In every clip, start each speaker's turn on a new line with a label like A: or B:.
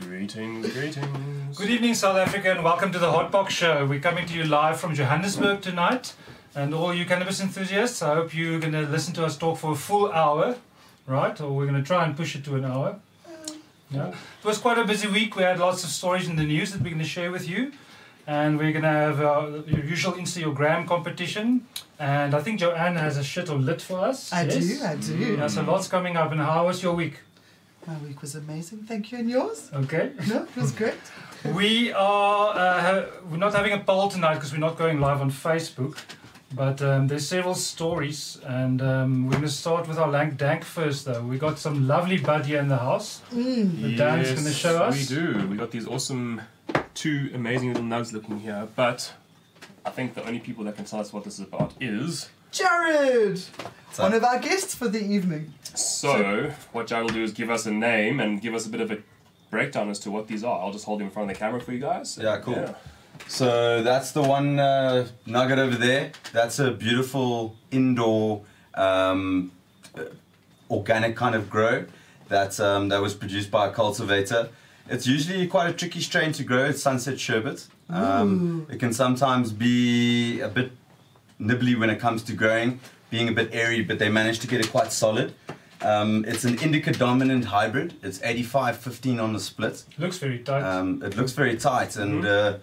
A: Greetings, greetings.
B: Good evening, South Africa, and welcome to the Hot Box Show. We're coming to you live from Johannesburg tonight. And all you cannabis enthusiasts, I hope you're going to listen to us talk for a full hour, right? Or we're going to try and push it to an hour. Yeah. It was quite a busy week. We had lots of stories in the news that we're going to share with you. And we're going to have our your usual Instagram competition. And I think Joanne has a shit or lit for us.
C: I
B: yes?
C: do, I do.
A: Mm.
B: Yeah, so lots coming up. And how was your week?
C: My week was amazing. Thank you. And yours?
B: Okay.
C: No, it was great.
B: We are uh, ha- we're not having a poll tonight because we're not going live on Facebook, but um, there's several stories, and um, we're going to start with our Lank Dank first. Though we got some lovely bud here in the house.
C: Mm.
B: The Dan's gonna show us.
A: We do. We got these awesome, two amazing little nugs looking here, but I think the only people that can tell us what this is about is.
C: Jared!
D: up?
C: One of our guests for the evening.
A: So, what Jared will do is give us a name and give us a bit of a breakdown as to what these are. I'll just hold them in front of the camera for you guys.
D: Yeah, cool. So that's the one uh, nugget over there. That's a beautiful indoor um, uh, organic kind of grow that um, that was produced by a cultivator. It's usually quite a tricky strain to grow. It's sunset sherbet. Um, it can sometimes be a bit nibbly when it comes to growing, being a bit airy, but they managed to get it quite solid. Um, it's an indica dominant hybrid. It's 85-15 on the split.
B: Looks very tight.
D: Um, it looks very tight, and uh,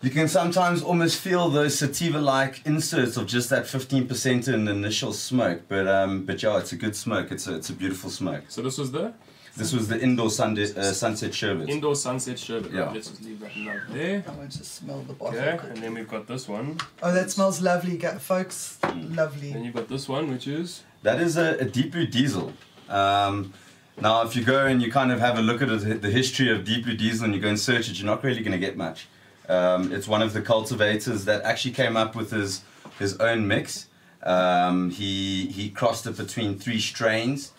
D: you can sometimes almost feel those sativa-like inserts of just that 15% in the initial smoke. But um, but yeah, it's a good smoke. It's a it's a beautiful smoke.
A: So, this was the
D: This was the indoor sunde- uh, sunset sherbet.
A: indoor sunset sherbet.
D: Yeah.
A: Let's just leave that nug there.
C: I want to smell the bottle.
A: Okay, and then we've got this one.
C: Oh, that smells lovely, gu- folks.
D: Mm.
C: Lovely.
A: Then you've got this one, which is.
D: That is a, a Deep Blue Diesel. Um, now, if you go and you kind of have a look at it, the history of Deep Blue Diesel and you go and search it, you're not really going to get much. Um, it's one of the cultivators that actually came up with his, his own mix. Um, he, he crossed it between three strains,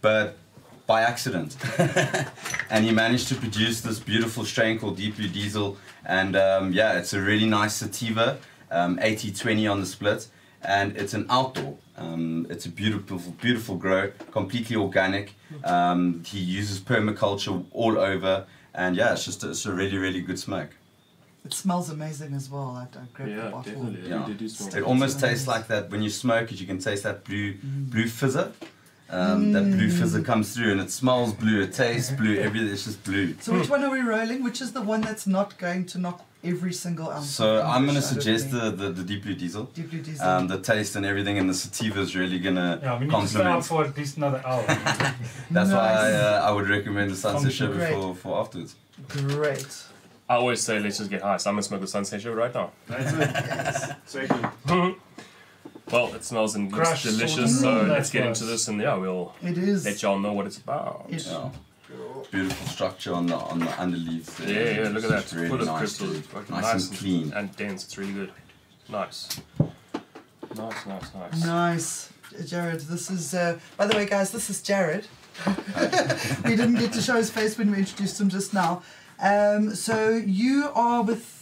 D: but by accident. and he managed to produce this beautiful strain called Deep Blue Diesel. And um, yeah, it's a really nice sativa, um, 80 20 on the split. And it's an outdoor. Um, it's a beautiful, beautiful grow, completely organic. Um, he uses permaculture all over. And yeah, it's just it's a really, really good smoke.
C: It smells amazing as well. I, I grabbed the
A: Yeah,
C: bottle.
A: definitely.
D: Yeah.
A: They do smell
D: It
A: good.
D: almost
C: Nice.
D: tastes like that when you smoke it. You can taste that blue,
C: Mm.
D: blue fizzer. Um, That blue fizzer comes through, and it smells blue. It tastes blue. Everything. It's just blue.
C: So, which one are we rolling? Which is the one that's not going to knock every single ounce?
D: So
C: of
D: Oh, I'm gonna
C: English out of
D: suggest
C: me?
D: the, the, the deep blue diesel.
C: Deep Blue Diesel.
D: Um, the taste and everything, and the sativa is really gonna
B: yeah, we need to stay up
D: complement.
B: for at least another hour.
D: That's why I,
C: Nice.
D: uh, I would recommend the sunset
B: Compliment.
D: sherbet
C: Great.
D: for, for afterwards.
C: Great.
A: I always say, let's just get high. So I'm gonna smoke the sunset sherbet right now. Well, it smells and looks
B: Crushed
A: delicious,
B: sort
A: so
B: of thing.
A: let's get
B: That's
A: into this and yeah, we'll
C: It is.
A: let y'all know what it's about.
C: It-
D: Yeah. Beautiful structure on the on the underleaves.
A: Yeah, yeah, look at that.
D: It's really
A: Full of
D: nice,
A: crystals.
D: dude.
A: Fucking
D: nice, and clean.
A: And dense. It's really good. Nice. Nice, nice, nice.
C: Nice. Jared, this is, uh, by the way, guys, this is Jared. we didn't get to show his face when we introduced him just now. Um, so you are with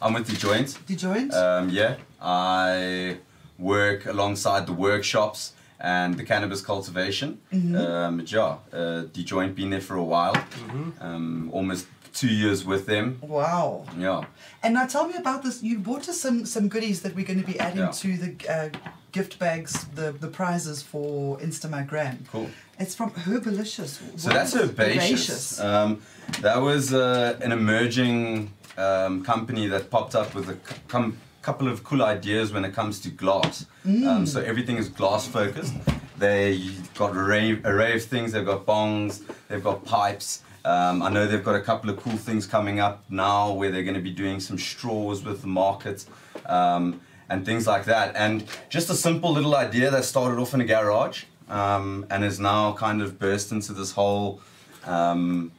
D: I'm with the joint.
C: the joint?
D: Um, yeah, I work alongside the workshops and the cannabis cultivation.
C: Mm-hmm.
D: Um, yeah, uh, the joint been there for a while.
A: Mm-hmm.
D: Um, almost two years with them.
C: wow.
D: Yeah.
C: And now tell me about this. You bought us some, some goodies that we're going to be adding
D: Yeah.
C: to the uh, gift bags, the, the prizes for Instamagram.
D: Cool.
C: It's from Herbalicious.
D: So
C: What
D: that's
C: is
D: herbaceous. Um, that was uh, an emerging um, company that popped up with a c- com- couple of cool ideas when it comes to glass. Um, so everything is glass focused. They got a array, array of things. They've got bongs. They've got pipes. Um, I know they've got a couple of cool things coming up now where they're going to be doing some straws with the market um, and things like that. And just a simple little idea that started off in a garage um, and has now kind of burst into this whole, um,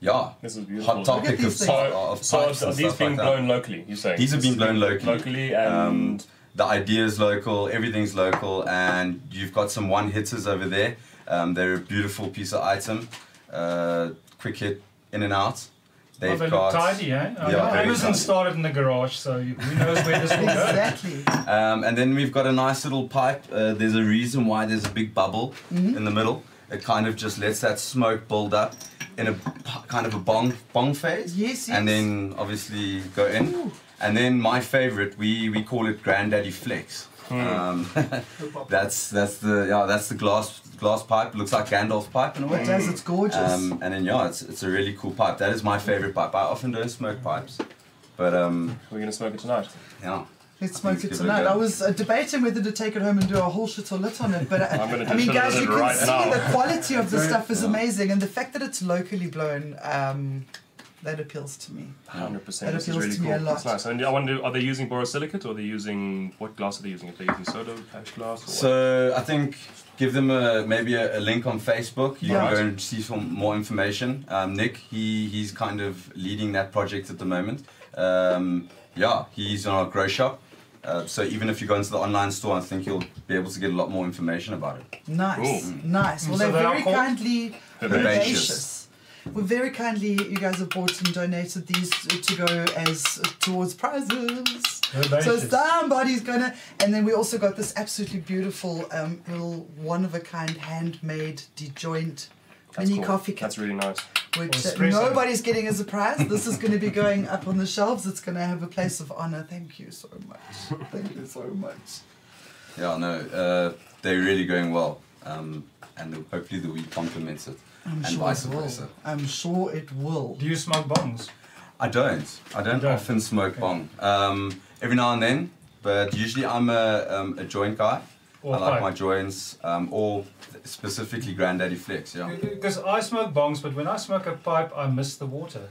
D: yeah,
A: This is beautiful.
D: hot
A: Look
C: at
D: topic of,
C: these
D: pi-
C: things.
D: of
A: So,
D: pipes
A: so
D: and
A: are these
D: stuff
A: being
D: like that.
A: blown locally, you're saying?
D: These have been blown locally.
A: Locally and.
D: Um, the idea is local, everything's local, and you've got some one hitters over there. Um, they're a beautiful piece of item. Uh, quick hit, in and out.
B: Oh,
D: They've
B: they
D: got
B: look tidy, eh? I
D: Yeah,
B: know
D: very
B: Amazon
D: tidy.
B: started in the garage, so you- who knows where this will go.
C: Exactly. Mm-hmm.
D: Um, and then we've got a nice little pipe. Uh, there's a reason why there's a big bubble in the middle. It kind of just lets that smoke build up in a p- kind of a bong bong phase.
C: Yes, yes.
D: And then obviously go in. And then my favorite, we, we call it Granddaddy Flex.
C: Hmm.
D: Um, that's that's the yeah that's the glass glass pipe. Looks like Gandalf's pipe in a way.
C: It does, it's gorgeous.
D: Um, and then yeah, it's, it's a really cool pipe. That is my favorite pipe. I often don't smoke pipes, but um
A: We're gonna smoke it tonight.
D: yeah.
C: Let's smoke
D: Let's
C: it
D: give it a
C: tonight.
D: go.
C: I was uh, debating whether to take it home and do a whole shit or lit on it, but uh,
A: I'm gonna
C: I, I
A: do
C: mean,
A: shit
C: guys,
A: on
C: you
A: it
C: can
A: right
C: see
A: now.
C: the quality of the
B: Very-
C: stuff is
D: yeah.
C: amazing, and the fact that it's locally blown, um, that appeals to me.
A: Hundred
C: That
A: percent. This is
C: appeals
A: really
C: to me
A: cool.
C: a lot.
A: It's nice. And I wonder, are they using borosilicate or are they using what glass are they using? Are they using soda, patch glass? Or what?
D: So I think give them a maybe a, a link on Facebook. You
C: Yeah.
D: can go and see some more information. Um, Nick, he he's kind of leading that project at the moment. Um, yeah, he's on our grow shop. Uh, so even if you go into the online store, I think you'll be able to get a lot more information about it.
C: Nice,
A: Cool.
C: nice. Well,
B: Mm. So
C: they're
B: they are
C: very
B: called
C: kindly
D: Herbaceous.
C: herbaceous. Well, very kindly, you guys have bought and donated these to go as towards prizes. So
B: Herbaceous.
C: somebody's gonna, and then we also got this absolutely beautiful um, little one-of-a-kind handmade dejoint
A: That's
C: mini
A: cool.
C: coffee cup,
A: That's really nice.
C: which
B: Or
C: uh,
B: espresso.
C: nobody's getting as a prize. This is going to be going up on the shelves. It's going to have a place of honor. Thank you so much. Thank you so much.
D: Yeah, no, uh, they're really going well, um, and hopefully the weed complements it,
C: I'm
D: and
C: sure
D: vice
C: it will.
D: versa.
C: I'm sure it will.
B: Do you smoke bongs?
D: I don't. I don't,
B: You don't?
D: often smoke bong. Um, every now and then, but usually I'm a, um, a joint guy.
B: Or
D: I like
B: pipe?
D: my joints, um, or specifically Granddaddy Flex, yeah.
B: Because Uh, I smoke bongs, but when I smoke a pipe, I miss the water.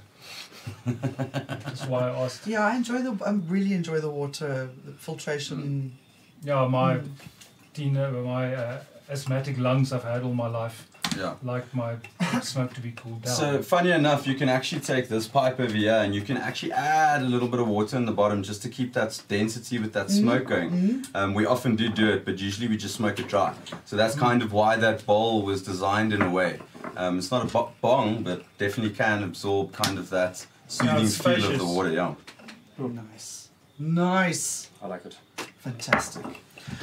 B: That's why I asked.
C: Yeah, I enjoy the. I really enjoy the water the filtration.
B: Mm. Yeah, my teen, uh, my uh, asthmatic lungs I've had all my life
D: yeah.
B: like my smoke to be cooled down.
D: So, funny enough, you can actually take this pipe over here and you can actually add a little bit of water in the bottom just to keep that density with that smoke going. Um, we often do do it, but usually we just smoke it dry. So, that's kind of why that bowl was designed in a way. Um, it's not a bo- bong, but definitely can absorb kind of that soothing
B: it's
D: feel of
B: spacious.
D: the water, yeah.
C: Nice, nice,
A: I like it.
C: fantastic.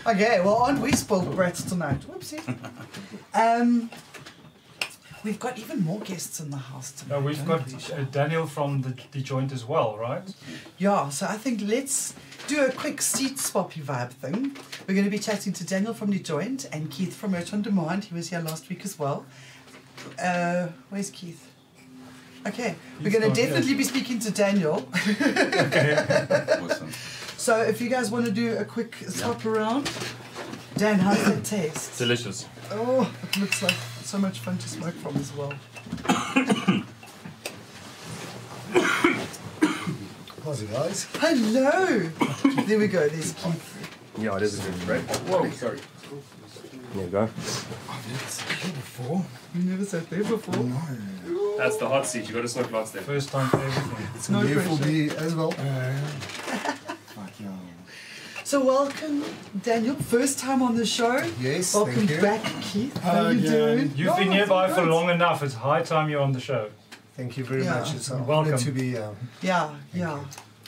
C: Okay, well, aren't we spoiled brats tonight? Whoopsie. um, we've got even more guests in the house tonight.
B: Uh, we've
C: don't
B: got
C: we?
B: uh, Daniel from the, the joint as well, right?
C: Yeah, so I think let's do a quick seat swappy vibe thing. We're going to be chatting to Daniel from The Joint and Keith from Merch on Demand. He was here last week as well. Uh, where's Keith? Okay, we're
B: He's
C: going
B: not
C: to
B: here.
C: definitely be speaking to Daniel.
D: Awesome.
C: so if you guys want to do a quick swap around, Dan, how does it taste?
A: Delicious.
C: Oh, it looks like so much fun to smoke from as well.
E: How's it, guys?
C: Hello! there we go, there's Keith.
A: Yeah, it is a good bread. Whoa, sorry. There you go.
E: Before?
C: You never sat there before.
A: That's the hot seat. You got to smoke lots there.
B: First time for everything.
E: It's
C: No
E: new
C: pressure.
E: for me as well. Fuck yeah.
C: So welcome, Daniel. First time on the show.
E: Yes,
C: Welcome
E: thank you.
C: back, Keith. How
E: Hello
C: are you
E: again.
C: doing?
B: You've been
C: Oh,
B: nearby for
C: good.
B: long enough. It's high time you're on the show.
E: Thank you very
C: Yeah.
E: much. It's an
B: Welcome.
E: honor to be uh, here.
C: Yeah, yeah.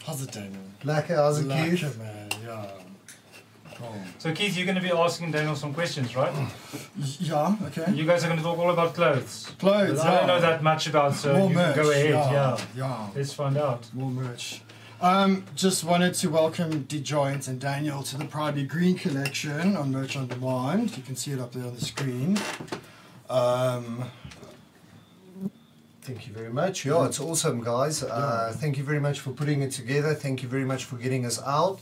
F: How's it, Daniel?
E: Like how's it,
F: Lucky,
E: Keith?
F: man. Yeah. Cool.
B: So Keith, you're going to be asking Daniel some questions, right?
F: Yeah. Okay.
B: You guys are going to talk all about clothes.
F: Clothes.
B: But I
F: yeah.
B: don't know that much about, so
F: More
B: you
F: merch.
B: can go ahead. Yeah.
F: Yeah. yeah.
B: Let's find out.
F: More merch. Um, just wanted to welcome DeJoint and Daniel to the Proudly Green collection on Merch on Demand. You can see it up there on the screen. Um,
E: Thank you very much. Yeah, it's awesome, guys. Uh, thank you very much for putting it together. Thank you very much for getting us out.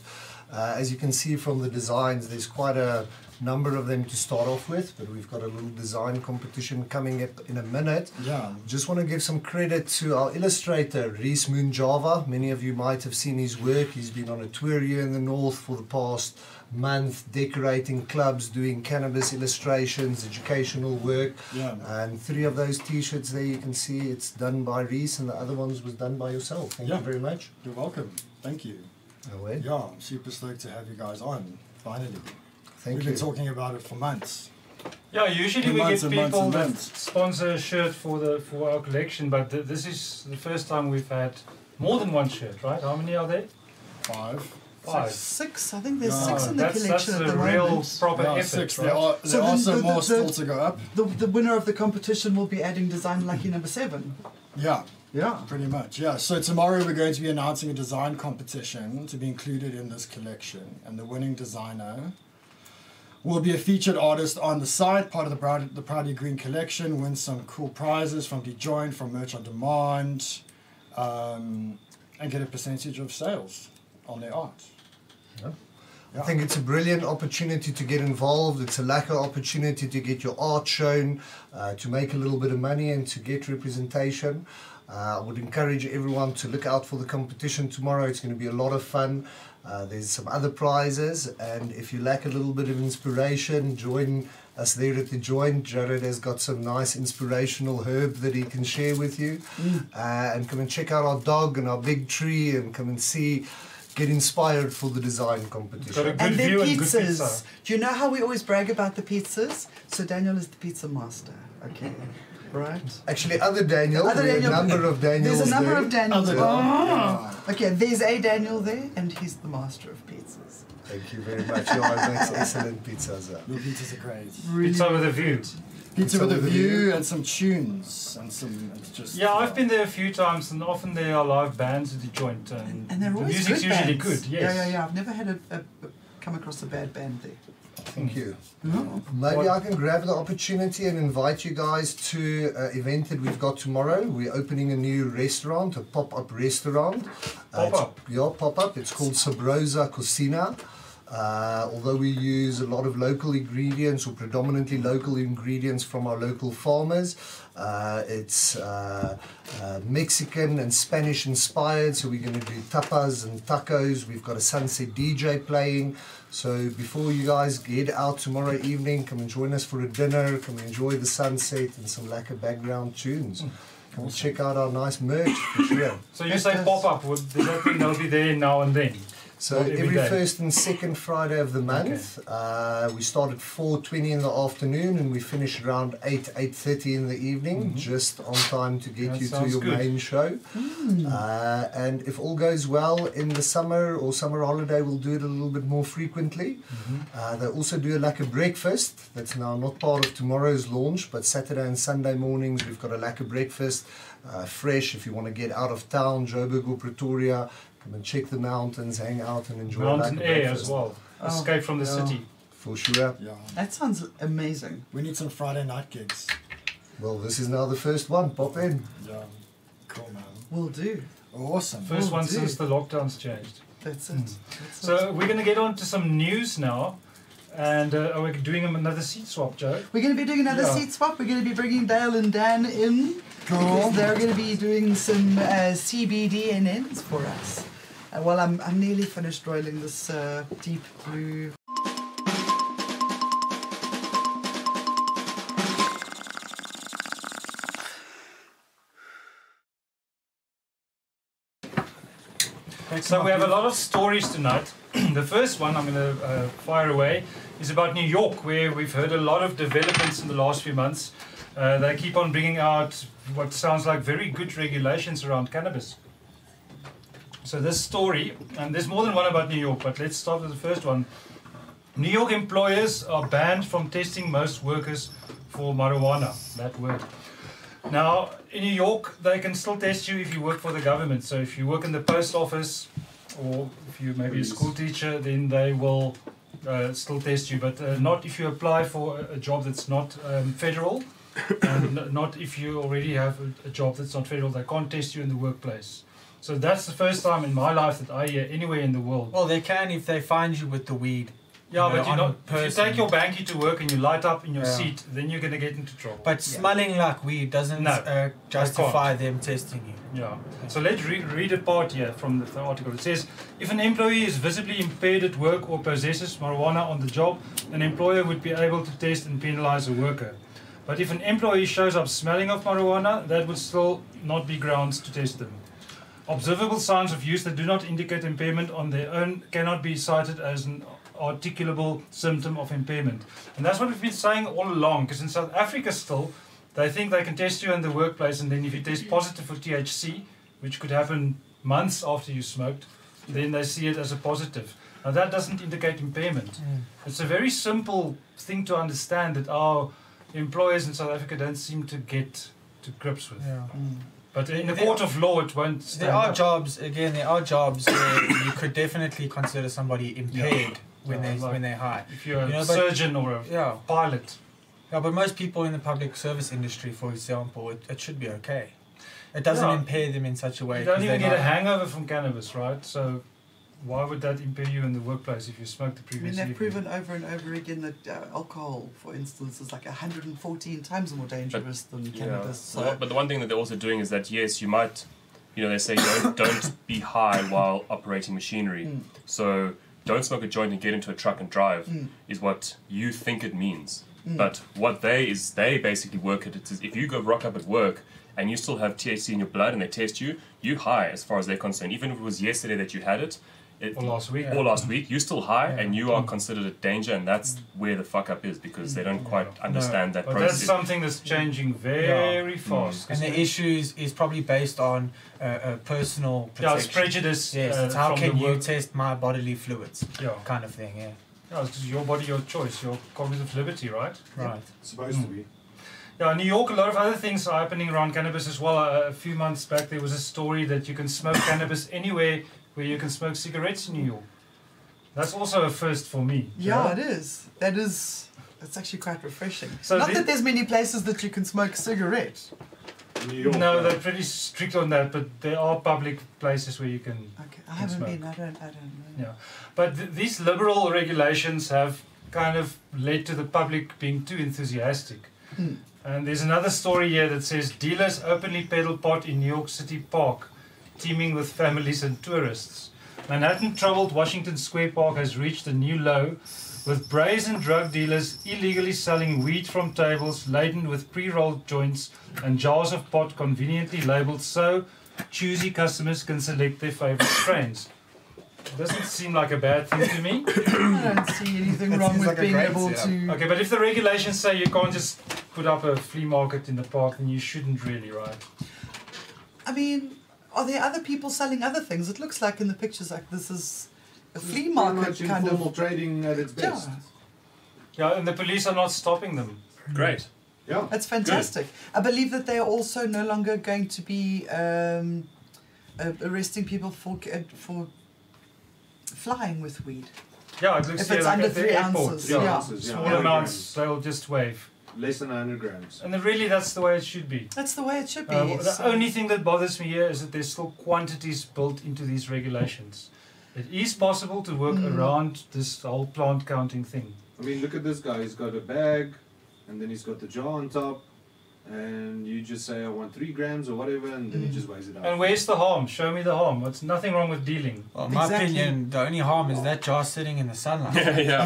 E: Uh, as you can see from the designs, there's quite a number of them to start off with, but we've got a little design competition coming up in a minute.
F: yeah.
E: Just want to give some credit to our illustrator, Reese Munjava. Many of you might have seen his work. He's been on a tour here in the north for the past month, decorating clubs, doing cannabis illustrations, educational work.
F: Yeah.
E: And three of those t shirts there you can see it's done by Reese, and the other ones was done by yourself. Thank
F: Yeah.
E: you very much.
F: You're welcome. Thank you.
E: Away.
F: Yeah, I'm super stoked to have you guys on. Finally.
E: Thank
F: We've
E: you.
F: been talking about it for months.
B: Yeah, usually
F: And
B: we
F: months
B: get
F: and months
B: people
F: and
B: that
F: months.
B: sponsor a shirt for the for our collection, but th- this is the first time we've had more than one shirt, right? How many are there?
F: Five.
B: Five.
C: Six, I think there's
F: Yeah.
C: six in the
B: that's, that's
C: collection
B: a
C: at the
B: real
C: moment.
B: proper
F: Yeah,
B: effort,
F: six.
B: right?
F: There are,
C: So
F: there are
C: then
F: some
C: the-
F: more
C: the-
F: still to go up.
C: The, the winner of the competition will be adding design lucky number seven.
F: Yeah,
C: Yeah.
F: pretty much. Yeah. So tomorrow we're going to be announcing a design competition to be included in this collection, and the winning designer will be a featured artist on the site, part of the Proud, the Proudly Green collection. Win some cool prizes from DeJoin, from Merch on Demand, um, and get a percentage of sales on their art.
E: I think it's a brilliant opportunity to get involved. It's a lack of opportunity to get your art shown, uh, to make a little bit of money, and to get representation. Uh, I would encourage everyone to look out for the competition tomorrow. It's going to be a lot of fun. Uh, there's some other prizes, and if you lack a little bit of inspiration, join us there at the joint. Jared has got some nice inspirational herb that he can share with you. Uh, and come and check out our dog and our big tree, and come and see, get inspired for the design competition.
B: Got a good
C: and their
B: view
C: pizzas.
B: and good pizza.
C: Do you know how we always brag about the pizzas? So Daniel is the pizza master. Okay. Right.
E: Actually, other Daniel.
C: Other
E: there are
C: Daniel-
E: A Oh, number of Daniels.
C: There's a number
E: there. Oh.
C: of Daniels.
F: Other
C: there.
F: Daniel.
C: Okay, there's a Daniel there, and he's the master of pizzas.
E: Thank you very much. Your makes excellent pizzas. uh.
F: Your pizzas are great.
B: It's over the view.
F: Mm. Pizza
E: Some
F: with a
E: of the
F: view
E: view.
F: and some tunes and some. It's just
B: Yeah, I've been there a few times, and often there are live bands at the joint. And,
C: And they're
B: the
C: always
B: music's
C: good
B: usually
C: bands.
B: good. Yes.
C: Yeah, yeah, yeah. I've never had a, a, a come across a bad band there. Mm-hmm.
E: Thank you.
C: No.
E: Maybe
B: What-
E: I can grab the opportunity and invite you guys to an event that we've got tomorrow. We're opening a new restaurant, a pop up restaurant. Uh, it's-
B: Pop-up?
E: yeah, pop up. It's called Sabrosa Cocina. Uh, although we use a lot of local ingredients or predominantly local ingredients from our local farmers, uh, it's uh, uh, Mexican and Spanish inspired. So we're going to do tapas and tacos. We've got a sunset DJ playing. So before you guys get out tomorrow evening, come and join us for a dinner. Come and enjoy the sunset and some lacquer background tunes. Come and check out our nice merch for sure.
B: Hmm. So you say pop up? Would does that mean they'll be there now and then?
E: So
B: Not every
E: every,
B: day.
E: first and second Friday of the month, uh, we start at four twenty in the afternoon and we finish around eight eight thirty in the evening, just on time to
B: Mm-hmm.
E: get
B: That
E: you to
B: sounds
E: your
B: good.
E: main show. Uh, and if all goes well in the summer or summer holiday, we'll do it a little bit more frequently.
B: Mm-hmm.
E: Uh, they also do a lacquer breakfast that's now not part of tomorrow's launch, but Saturday and Sunday mornings we've got a lacquer breakfast, uh, fresh. If you want to get out of town, Joburg or Pretoria, come and check the mountains, hang out, and enjoy a
B: Mountain
E: lacquer
B: air
E: breakfast.
B: as well.
C: Oh,
B: Escape from the
C: yeah.
B: city.
E: For sure.
F: Yeah.
C: That sounds amazing.
F: We need some Friday night gigs.
E: Well, this is now the first one. Pop in.
F: Yeah. Cool, man.
C: Will do.
F: Awesome.
B: First
C: Oh,
B: one
C: dear.
B: since the lockdowns changed.
C: That's it. That's it.
B: Hmm. So we're going to get on to some news now, and uh, are we doing another seat swap, Joe?
C: We're going to be doing another
B: Yeah.
C: seat swap. We're going to be bringing Dale and Dan in.
F: Cool.
C: Because they're going to be doing some uh, CBDNNs for us. Uh, well, I'm, I'm nearly finished roiling this uh, deep blue.
B: So we have a lot of stories tonight. the first one I'm going to uh, fire away is about New York, where we've heard a lot of developments in the last few months. Uh, they keep on bringing out what sounds like very good regulations around cannabis. So this story, and there's more than one about New York, but let's start with the first one. New York employers are banned from testing most workers for marijuana. That word. Now, in New York, they can still test you if you work for the government. So if you work in the post office, or if you maybe a
A: Police.
B: school teacher, then they will uh, still test you, but uh, not if you apply for a, a job that's not um, federal, and n- not if you already have a, a job that's not federal. They can't test you in the workplace. So that's the first time in my life that I hear anywhere in the world.
G: Well, they can if they find you with the weed.
B: Yeah,
G: you know,
B: but you're
G: on
B: not. If
G: a
B: you take
G: person.
B: your bankie to work and you light up in your
G: Yeah.
B: seat, then you're gonna get into trouble.
G: But smelling like weed doesn't
B: No,
G: uh, justify them testing you.
B: Yeah. So let's re- read a part here from the, the article. It says if an employee is visibly impaired at work or possesses marijuana on the job, an employer would be able to test and penalize a worker. But if an employee shows up smelling of marijuana, that would still not be grounds to test them. Observable signs of use that do not indicate impairment on their own cannot be cited as an articulable symptom of impairment. And that's what we've been saying all along, because in South Africa still, they think they can test you in the workplace, and then if you test positive for THC, which could happen months after you smoked, then they see it as a positive. Now that doesn't indicate impairment. It's a very simple thing to understand that our employers in South Africa don't seem to get to grips with.
G: Yeah.
B: But in the
G: There
B: court
G: are-
B: of law, it won't stand
G: There are
B: up.
G: jobs again. There are jobs where you could definitely consider somebody impaired when
B: Yeah,
G: they
B: like-
G: when they're high.
B: If you're a
G: you know, but-
B: surgeon or a
G: Yeah,
B: pilot,
G: yeah. But most people in the public service industry, for example, it, it should be okay. It doesn't
B: Yeah.
G: impair them in such a way.
B: you don't
G: 'cause
B: even
G: they're
B: get a
G: not-
B: hangover from cannabis, right? So why would that impair you in the workplace if you smoked the
C: I mean,
B: previous
C: they've
B: evening?
C: proven over and over again that uh, alcohol, for instance, is like 114 times more dangerous than
A: Yeah.
C: cannabis. So,
A: Well, but the one thing that they're also doing is that yes, you might, you know, they say don't don't be high while operating machinery.
C: Mm.
A: So don't smoke a joint and get into a truck and drive
C: Mm.
A: is what you think it means.
C: Mm.
A: But what they is they basically work at it is if you go rock up at work and you still have THC in your blood and they test you, you high as far as they're concerned. Even if it was yesterday that you had it, it
B: Or last week.
A: or last week, you're still high
G: Yeah.
A: and you are considered a danger, and that's where the fuck up is because they don't quite understand that
B: But that's
A: process.
B: something that's changing very fast. 'cause
G: Mm. And the issues is probably based on uh, uh, personal
B: yeah, it's
G: protection.
B: prejudice.
G: Yes,
B: uh,
G: it's how
B: from
G: can
B: the
G: you
B: work-
G: test my bodily fluids,
B: Yeah,
G: kind of thing. Yeah,
B: yeah, it's 'cause your body, your choice, your cognitive liberty, right?
G: right.
H: Supposed to be.
B: Yeah, in New York, a lot of other things are happening around cannabis as well. Uh, a few months back, there was a story that you can smoke cannabis anywhere where you can smoke cigarettes in New York. That's also a first for me.
C: yeah, it is. That is. It's actually quite refreshing.
B: So
C: Not
B: the-
C: that there's many places that you can smoke a cigarette.
H: New York.
B: No,
H: yeah.
B: they're pretty strict on that, but there are public places where you can
C: Okay, I haven't
B: smoke.
C: been. I don't. I don't know.
B: Yeah, but th- these liberal regulations have kind of led to the public being too enthusiastic.
C: Mm.
B: And there's another story here that says dealers openly peddle pot in New York City Park, teeming with families and tourists. Manhattan troubled Washington Square Park has reached a new low, with brazen drug dealers illegally selling weed from tables laden with pre-rolled joints and jars of pot conveniently labeled so choosy customers can select their favorite strains. Doesn't seem like a bad thing to me.
C: I don't see anything
E: That
C: wrong
E: seems
C: with
E: like a
C: being
E: great
C: able
E: setup.
C: to.
B: Okay, but if the regulations say you can't just put up a flea market in the park, then you shouldn't really, right?
C: I mean, are there other people selling other things? It looks like in the pictures like this is a
H: It's
C: flea
H: pretty
C: market
H: much
C: kind
H: informal
C: of.
H: trading at its
C: Yeah.
H: best.
B: Yeah, and the police are not stopping them.
A: Great.
H: Yeah.
C: That's fantastic. I believe that they are also no longer going to be um, uh, arresting people for uh, for flying with weed.
B: Yeah, it looks
C: If
B: here
C: it's
B: like
C: under
B: at the
C: three
B: airport.
C: ounces,
H: Yeah,
C: yeah.
H: ounces, yeah.
B: Small
H: Hundred
B: amounts, they'll just wave.
H: grams. Less than 100 grams.
B: And then really, that's the way it should be.
C: That's the way it should be.
B: Uh, the
C: so-
B: only thing that bothers me here is that there's still quantities built into these regulations. It is possible to work
C: Mm.
B: around this whole plant counting thing.
H: I mean, look at this guy. He's got a bag, and then he's got the jar on top, and you just say, I want three grams or whatever, and then he
C: Mm.
H: just weighs it out.
B: And where's the harm? Show me the harm. It's nothing wrong with dealing.
G: Well, in my
C: Exactly.
G: opinion, the only harm is that jar sitting in the sunlight.
A: yeah.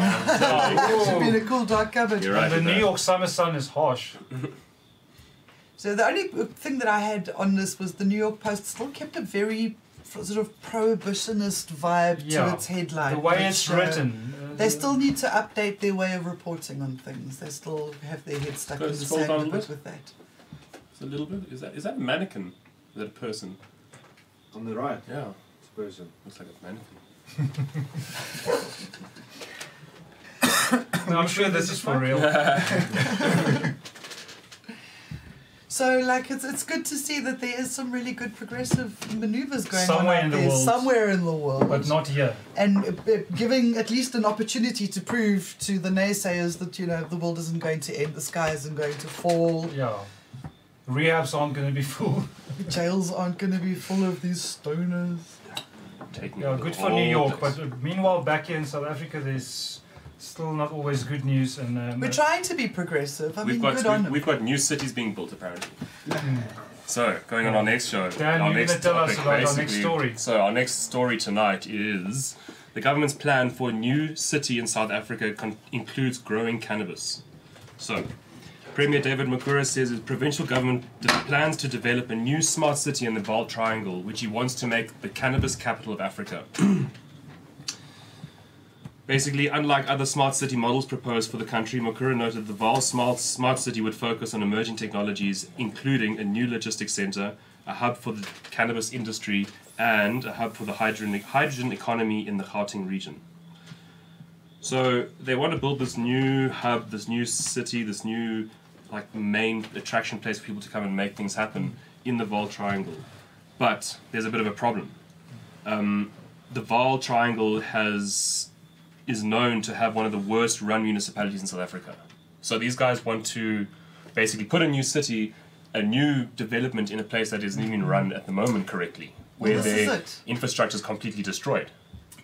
C: It should be in a cool dark cupboard.
A: You're right.
B: the
A: with
B: New
A: that.
B: York summer sun is harsh.
C: So the only thing that I had on this was the New York Post still kept a very sort of prohibitionist vibe
B: Yeah.
C: to its headline.
B: the way
C: which,
B: it's
C: uh,
B: written. uh,
C: They still need to update their way of reporting on things. They still have their head stuck
A: Go
C: in the
A: scroll
C: sand
A: down a
C: a bit
A: bit.
C: with that.
A: It's a little bit. Is that is that a mannequin? Is that a person?
H: on the right,
A: Yeah,
H: it's a person.
A: looks like a mannequin.
B: No, I'm sure this is for real.
C: So like it's it's good to see that there is some really good progressive maneuvers going
B: Somewhere
C: on out
B: in the
C: there,
B: world.
C: somewhere in the world,
B: But not here.
C: and uh, uh, giving at least an opportunity to prove to the naysayers that you know the world isn't going to end, the sky isn't going to fall,
B: Yeah. Rehabs aren't going to be full.
C: jails aren't going to be full of these stoners.
A: Taking
B: Yeah,
A: over
B: good
A: the
B: for New
A: whole
B: York.
A: place.
B: But uh, meanwhile, back here in South Africa, there's still not always good news. And um,
C: We're trying to be progressive. I
A: we've
C: mean,
A: got
C: good
A: we've,
C: on them.
A: we've got new cities being built apparently. so going on our next show.
B: Dan,
A: our
B: you're
A: next
B: gonna tell us
A: topic,
B: about our next
A: basically.
B: story.
A: So our next story tonight is the government's plan for a new city in South Africa con- includes growing cannabis. So. Premier David Makura says his provincial government de- plans to develop a new smart city in the Bald Triangle, which he wants to make the cannabis capital of Africa. Basically, unlike other smart city models proposed for the country, Makura noted the Val smart, smart City would focus on emerging technologies, including a new logistics center, a hub for the cannabis industry, and a hub for the hydrogen, hydrogen economy in the Gauteng region. So they want to build this new hub, this new city, this new like main attraction place for people to come and make things happen in the Vaal Triangle. But there's a bit of a problem. Um, the Vaal Triangle has is known to have one of the worst run municipalities in South Africa. So these guys want to basically put a new city, a new development in a place that isn't even run at the moment correctly, where
C: Well, this is
A: their
C: it.
A: infrastructure is completely destroyed.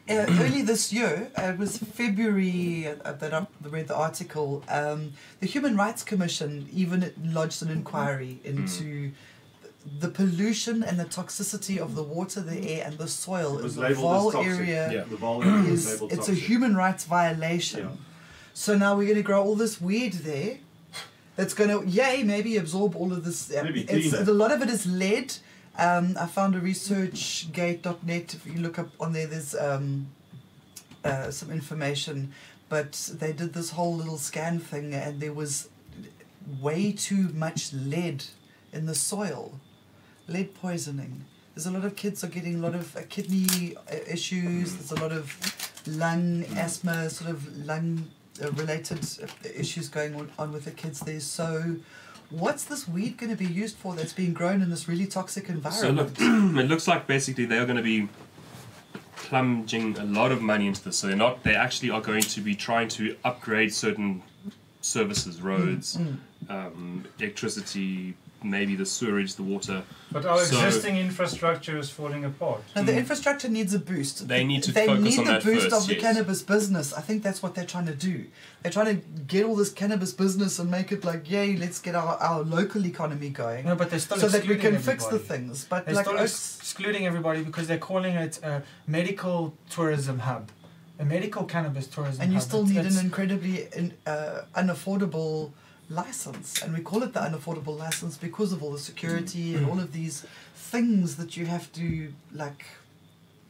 C: uh, early this year, uh, it was February uh, that I read the article. Um, the Human Rights Commission even lodged an inquiry
H: Mm.
C: into the pollution and the toxicity of the water, the air, and the soil
H: It was
C: in the
H: labeled
C: Vaal
H: as toxic.
C: area.
H: The Vaal area was
C: Is,
H: labeled
C: it's a
H: toxic.
C: human rights violation.
H: Yeah.
C: So now we're going to grow all this weed there. That's going to, yay, maybe absorb all of this. uh,
H: Maybe
C: it's,
H: clean it.
C: a lot of it is lead. Um, I found a researchgate.net. If you look up on there, there's um, uh, some information. But they did this whole little scan thing, and there was way too much lead in the soil. Lead poisoning. There's a lot of kids are getting a lot of uh, kidney uh, issues. There's a lot of lung asthma, sort of lung uh, related uh, issues going on, on with the kids there. So, what's this weed going to be used for that's being grown in this really toxic
A: So
C: environment?
A: look, it looks like basically they are going to be plunging a lot of money into this. So they're not. They actually are going to be trying to upgrade certain services, roads, um, electricity, maybe the sewerage, the water.
B: But our
A: So-
B: existing infrastructure is falling apart.
C: Now, the infrastructure needs a boost.
A: They need to
C: They
A: focus
C: need
A: on
C: the
A: that
C: boost
A: first,
C: of the
A: yes.
C: cannabis business. I think that's what they're trying to do. They're trying to get all this cannabis business and make it like, yay, let's get our, our local economy going,
G: No, but they're still
C: so that we
G: excluding
C: can fix the
G: everybody.
C: things. But
G: They're
C: like,
G: still ex-
C: Oaks-
G: excluding everybody because they're calling it a medical tourism hub, a medical cannabis tourism.
C: and you
G: hub.
C: still
G: It's-
C: need an
G: it's-
C: incredibly in, uh, unaffordable license, and we call it the unaffordable license because of all the security and all of these things that you have to like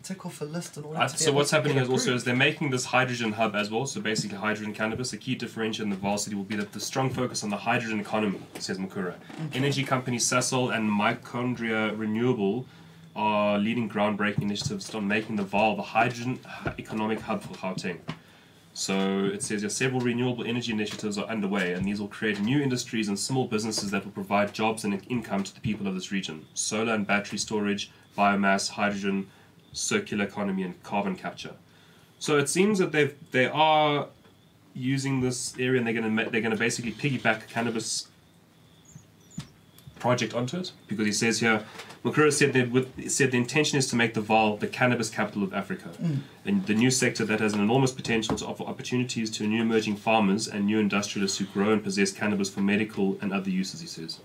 C: tick off a list and all
A: Uh,
C: that.
A: so what's happening is also is they're making this hydrogen hub as well. So basically, hydrogen cannabis. A key differentiator in the varsity will be that the strong focus on the hydrogen economy, says Makura. Energy company Sasol and Mitochondria Renewable are leading groundbreaking initiatives on making the Val the hydrogen h- economic hub for Gauteng. So it says here several renewable energy initiatives are underway, and these will create new industries and small businesses that will provide jobs and income to the people of this region. Solar and battery storage, biomass, hydrogen, circular economy, and carbon capture. So it seems that they've they are using this area, and they're going to ma- they're going to basically piggyback cannabis project onto it because he says here, Makura said that with, said the intention is to make the Vaal the cannabis capital of Africa, and the new sector that has an enormous potential to offer opportunities to new emerging farmers and new industrialists who grow and possess cannabis for medical and other uses. He says.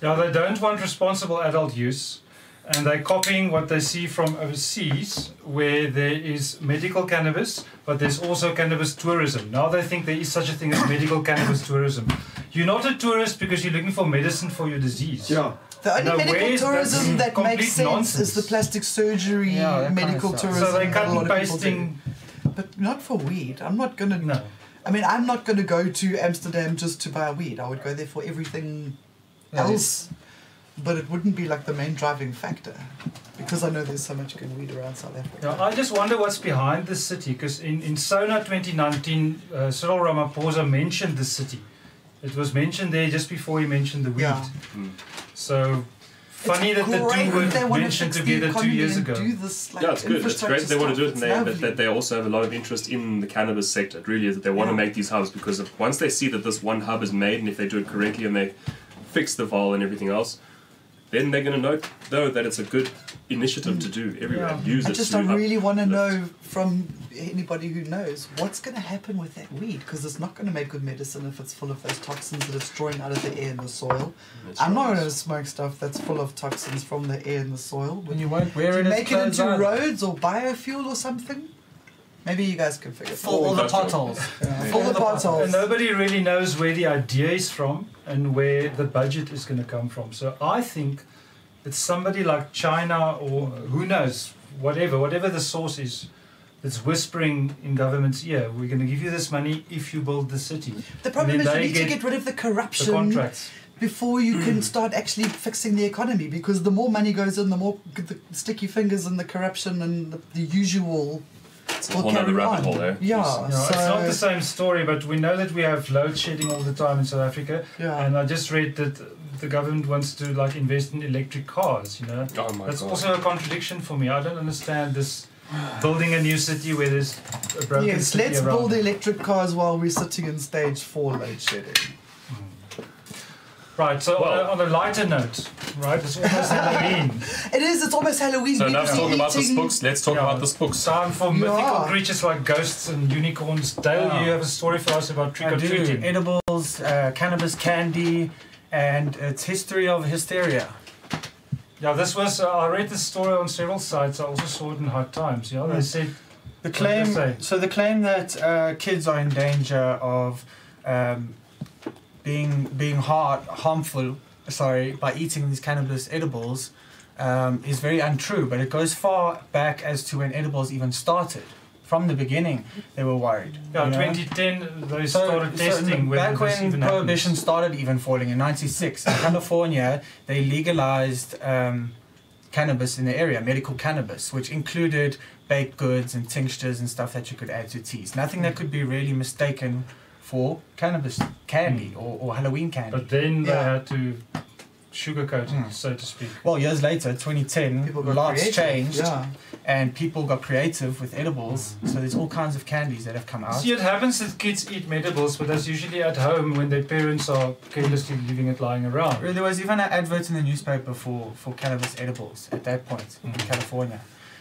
B: Yeah, they don't want responsible adult use, and they're copying what they see from overseas, where there is medical cannabis, but there's also cannabis tourism. Now they think there is such a thing as medical cannabis tourism. You're not a tourist because you're looking for medicine for your disease.
H: Yeah.
C: The only
B: No, where
C: medical
B: is that Mm.
C: tourism that
B: complete
C: makes sense
B: nonsense?
C: is the plastic surgery
G: Yeah, that kinda
C: medical
G: sucks.
C: tourism.
B: So they
C: that
B: cut
C: a lot
B: and
C: of people do.
B: pasting.
C: But not for weed. I'm not gonna.
B: No.
C: I mean, I'm not gonna go to Amsterdam just to buy weed. I would go there for everything
G: Yeah,
C: else, but it wouldn't be like the main driving factor because I know there's so much good weed around South Africa.
B: Yeah, I just wonder what's behind this city because in, in Sona 2019, uh, Cyril Ramaphosa mentioned the city. It was mentioned there just before he mentioned the weed.
C: Yeah.
B: So
C: It's
B: funny that the
C: great
B: two
C: they
B: were
C: wanna
B: mentioned
C: fix the
B: together two
C: economy
B: years
C: and
B: ago.
C: Do this, like,
A: yeah, it's good. It's great. They want to do it, and they,
C: infrastructure
A: but
C: stuff.
A: that they also have a lot of interest in the cannabis sector. It really is that they want to make these hubs because if, once they see that this one hub is made, and if they do it correctly, and they fix the Vaal and everything else, then they're going to know though that it's a good initiative to do everywhere.
B: Yeah.
A: and Use
C: I
A: it
C: just
A: to
C: I
A: up-
C: really want to
A: lift.
C: know from anybody who knows what's going to happen with that weed because it's not going to make good medicine if it's full of those toxins that it's drawing out of the air and the soil.
A: That's
C: I'm not
A: right.
C: going to smoke stuff that's full of toxins from the air and the soil. Would
G: When
C: you
G: you won't wear it, as
C: make it
G: clothes
C: into
G: either.
C: roads or biofuel or something? Maybe you guys can figure it
G: Fill all
C: out.
G: the
A: industrial.
G: potholes.
C: Fill the
B: And
C: potholes.
B: nobody really knows where the idea is from and where the budget is going to come from. So I think it's somebody like China or who knows, whatever, whatever the source is, that's whispering in government's ear, we're going to give you this money if you build the city.
C: The
B: And
C: problem is
B: then they
C: you need to
B: get
C: get rid of the
B: The
C: corruption
B: contracts.
C: before you
A: Mm.
C: can start actually fixing the economy because the more money goes in, the more g- the sticky fingers and the corruption and the, the usual.
A: It's a whole other rabbit hole eh? there.
C: Yeah,
B: You know,
C: so,
B: it's not the same story, but we know that we have load shedding all the time in South Africa,
C: yeah.
B: and I just read that the government wants to like invest in electric cars. You know,
A: Oh my
B: that's
A: god.
B: also a contradiction for me. I don't understand this building a new city where there's a broken
C: yes,
B: city
C: let's
B: around
C: build
B: it.
C: electric cars while we're sitting in stage four load shedding.
B: Right. So
A: Well-
B: on, a, on a lighter note, right? It's almost Halloween.
C: It is. It's almost Halloween.
A: so
C: We're
A: enough
C: busy
A: talking about the
C: eating-
A: spooks. Let's talk
B: Yeah.
A: about the spooks.
B: Time for mythical
C: Yeah.
B: creatures like ghosts and unicorns. Dale,
G: Yeah.
B: you have a story for us about trick
G: I
B: or
G: do.
B: treating.
G: Edibles, uh, cannabis candy, and its history of hysteria.
B: Yeah, this was. Uh, I read this story on several sites. I also saw it in Hard Times. Yeah, they
G: Mm.
B: said
G: The
B: What did they say?
G: claim, so the claim that uh, kids are in danger of um, being being hard, harmful, sorry, by eating these cannabis edibles um, is very untrue. But it goes far back as to when edibles even started. From the beginning, they were worried.
B: yeah,
G: you know?
B: 2010 they
G: So-
B: started
G: so
B: testing whether
G: back
B: this
G: when
B: even
G: prohibition
B: happens.
G: started even falling in 96 in california they legalized um, cannabis in the area medical cannabis which included baked goods and tinctures and stuff that you could add to teas nothing
B: Hmm.
G: that could be really mistaken for cannabis candy or, or halloween candy
B: Hmm. But then they
C: Yeah.
B: had to sugarcoat
G: Mm.
B: it, so to speak.
G: well years later 2010
C: People got
G: lots
C: creative.
G: changed
C: Yeah.
G: and people got creative with edibles so there's all kinds of candies that have come out
B: See, it happens that kids eat medibles, but that's usually at home when their parents are carelessly leaving it lying around.
G: There was even an advert in the newspaper for, for cannabis edibles at that point in
H: Mm.
B: Mhm.
G: California.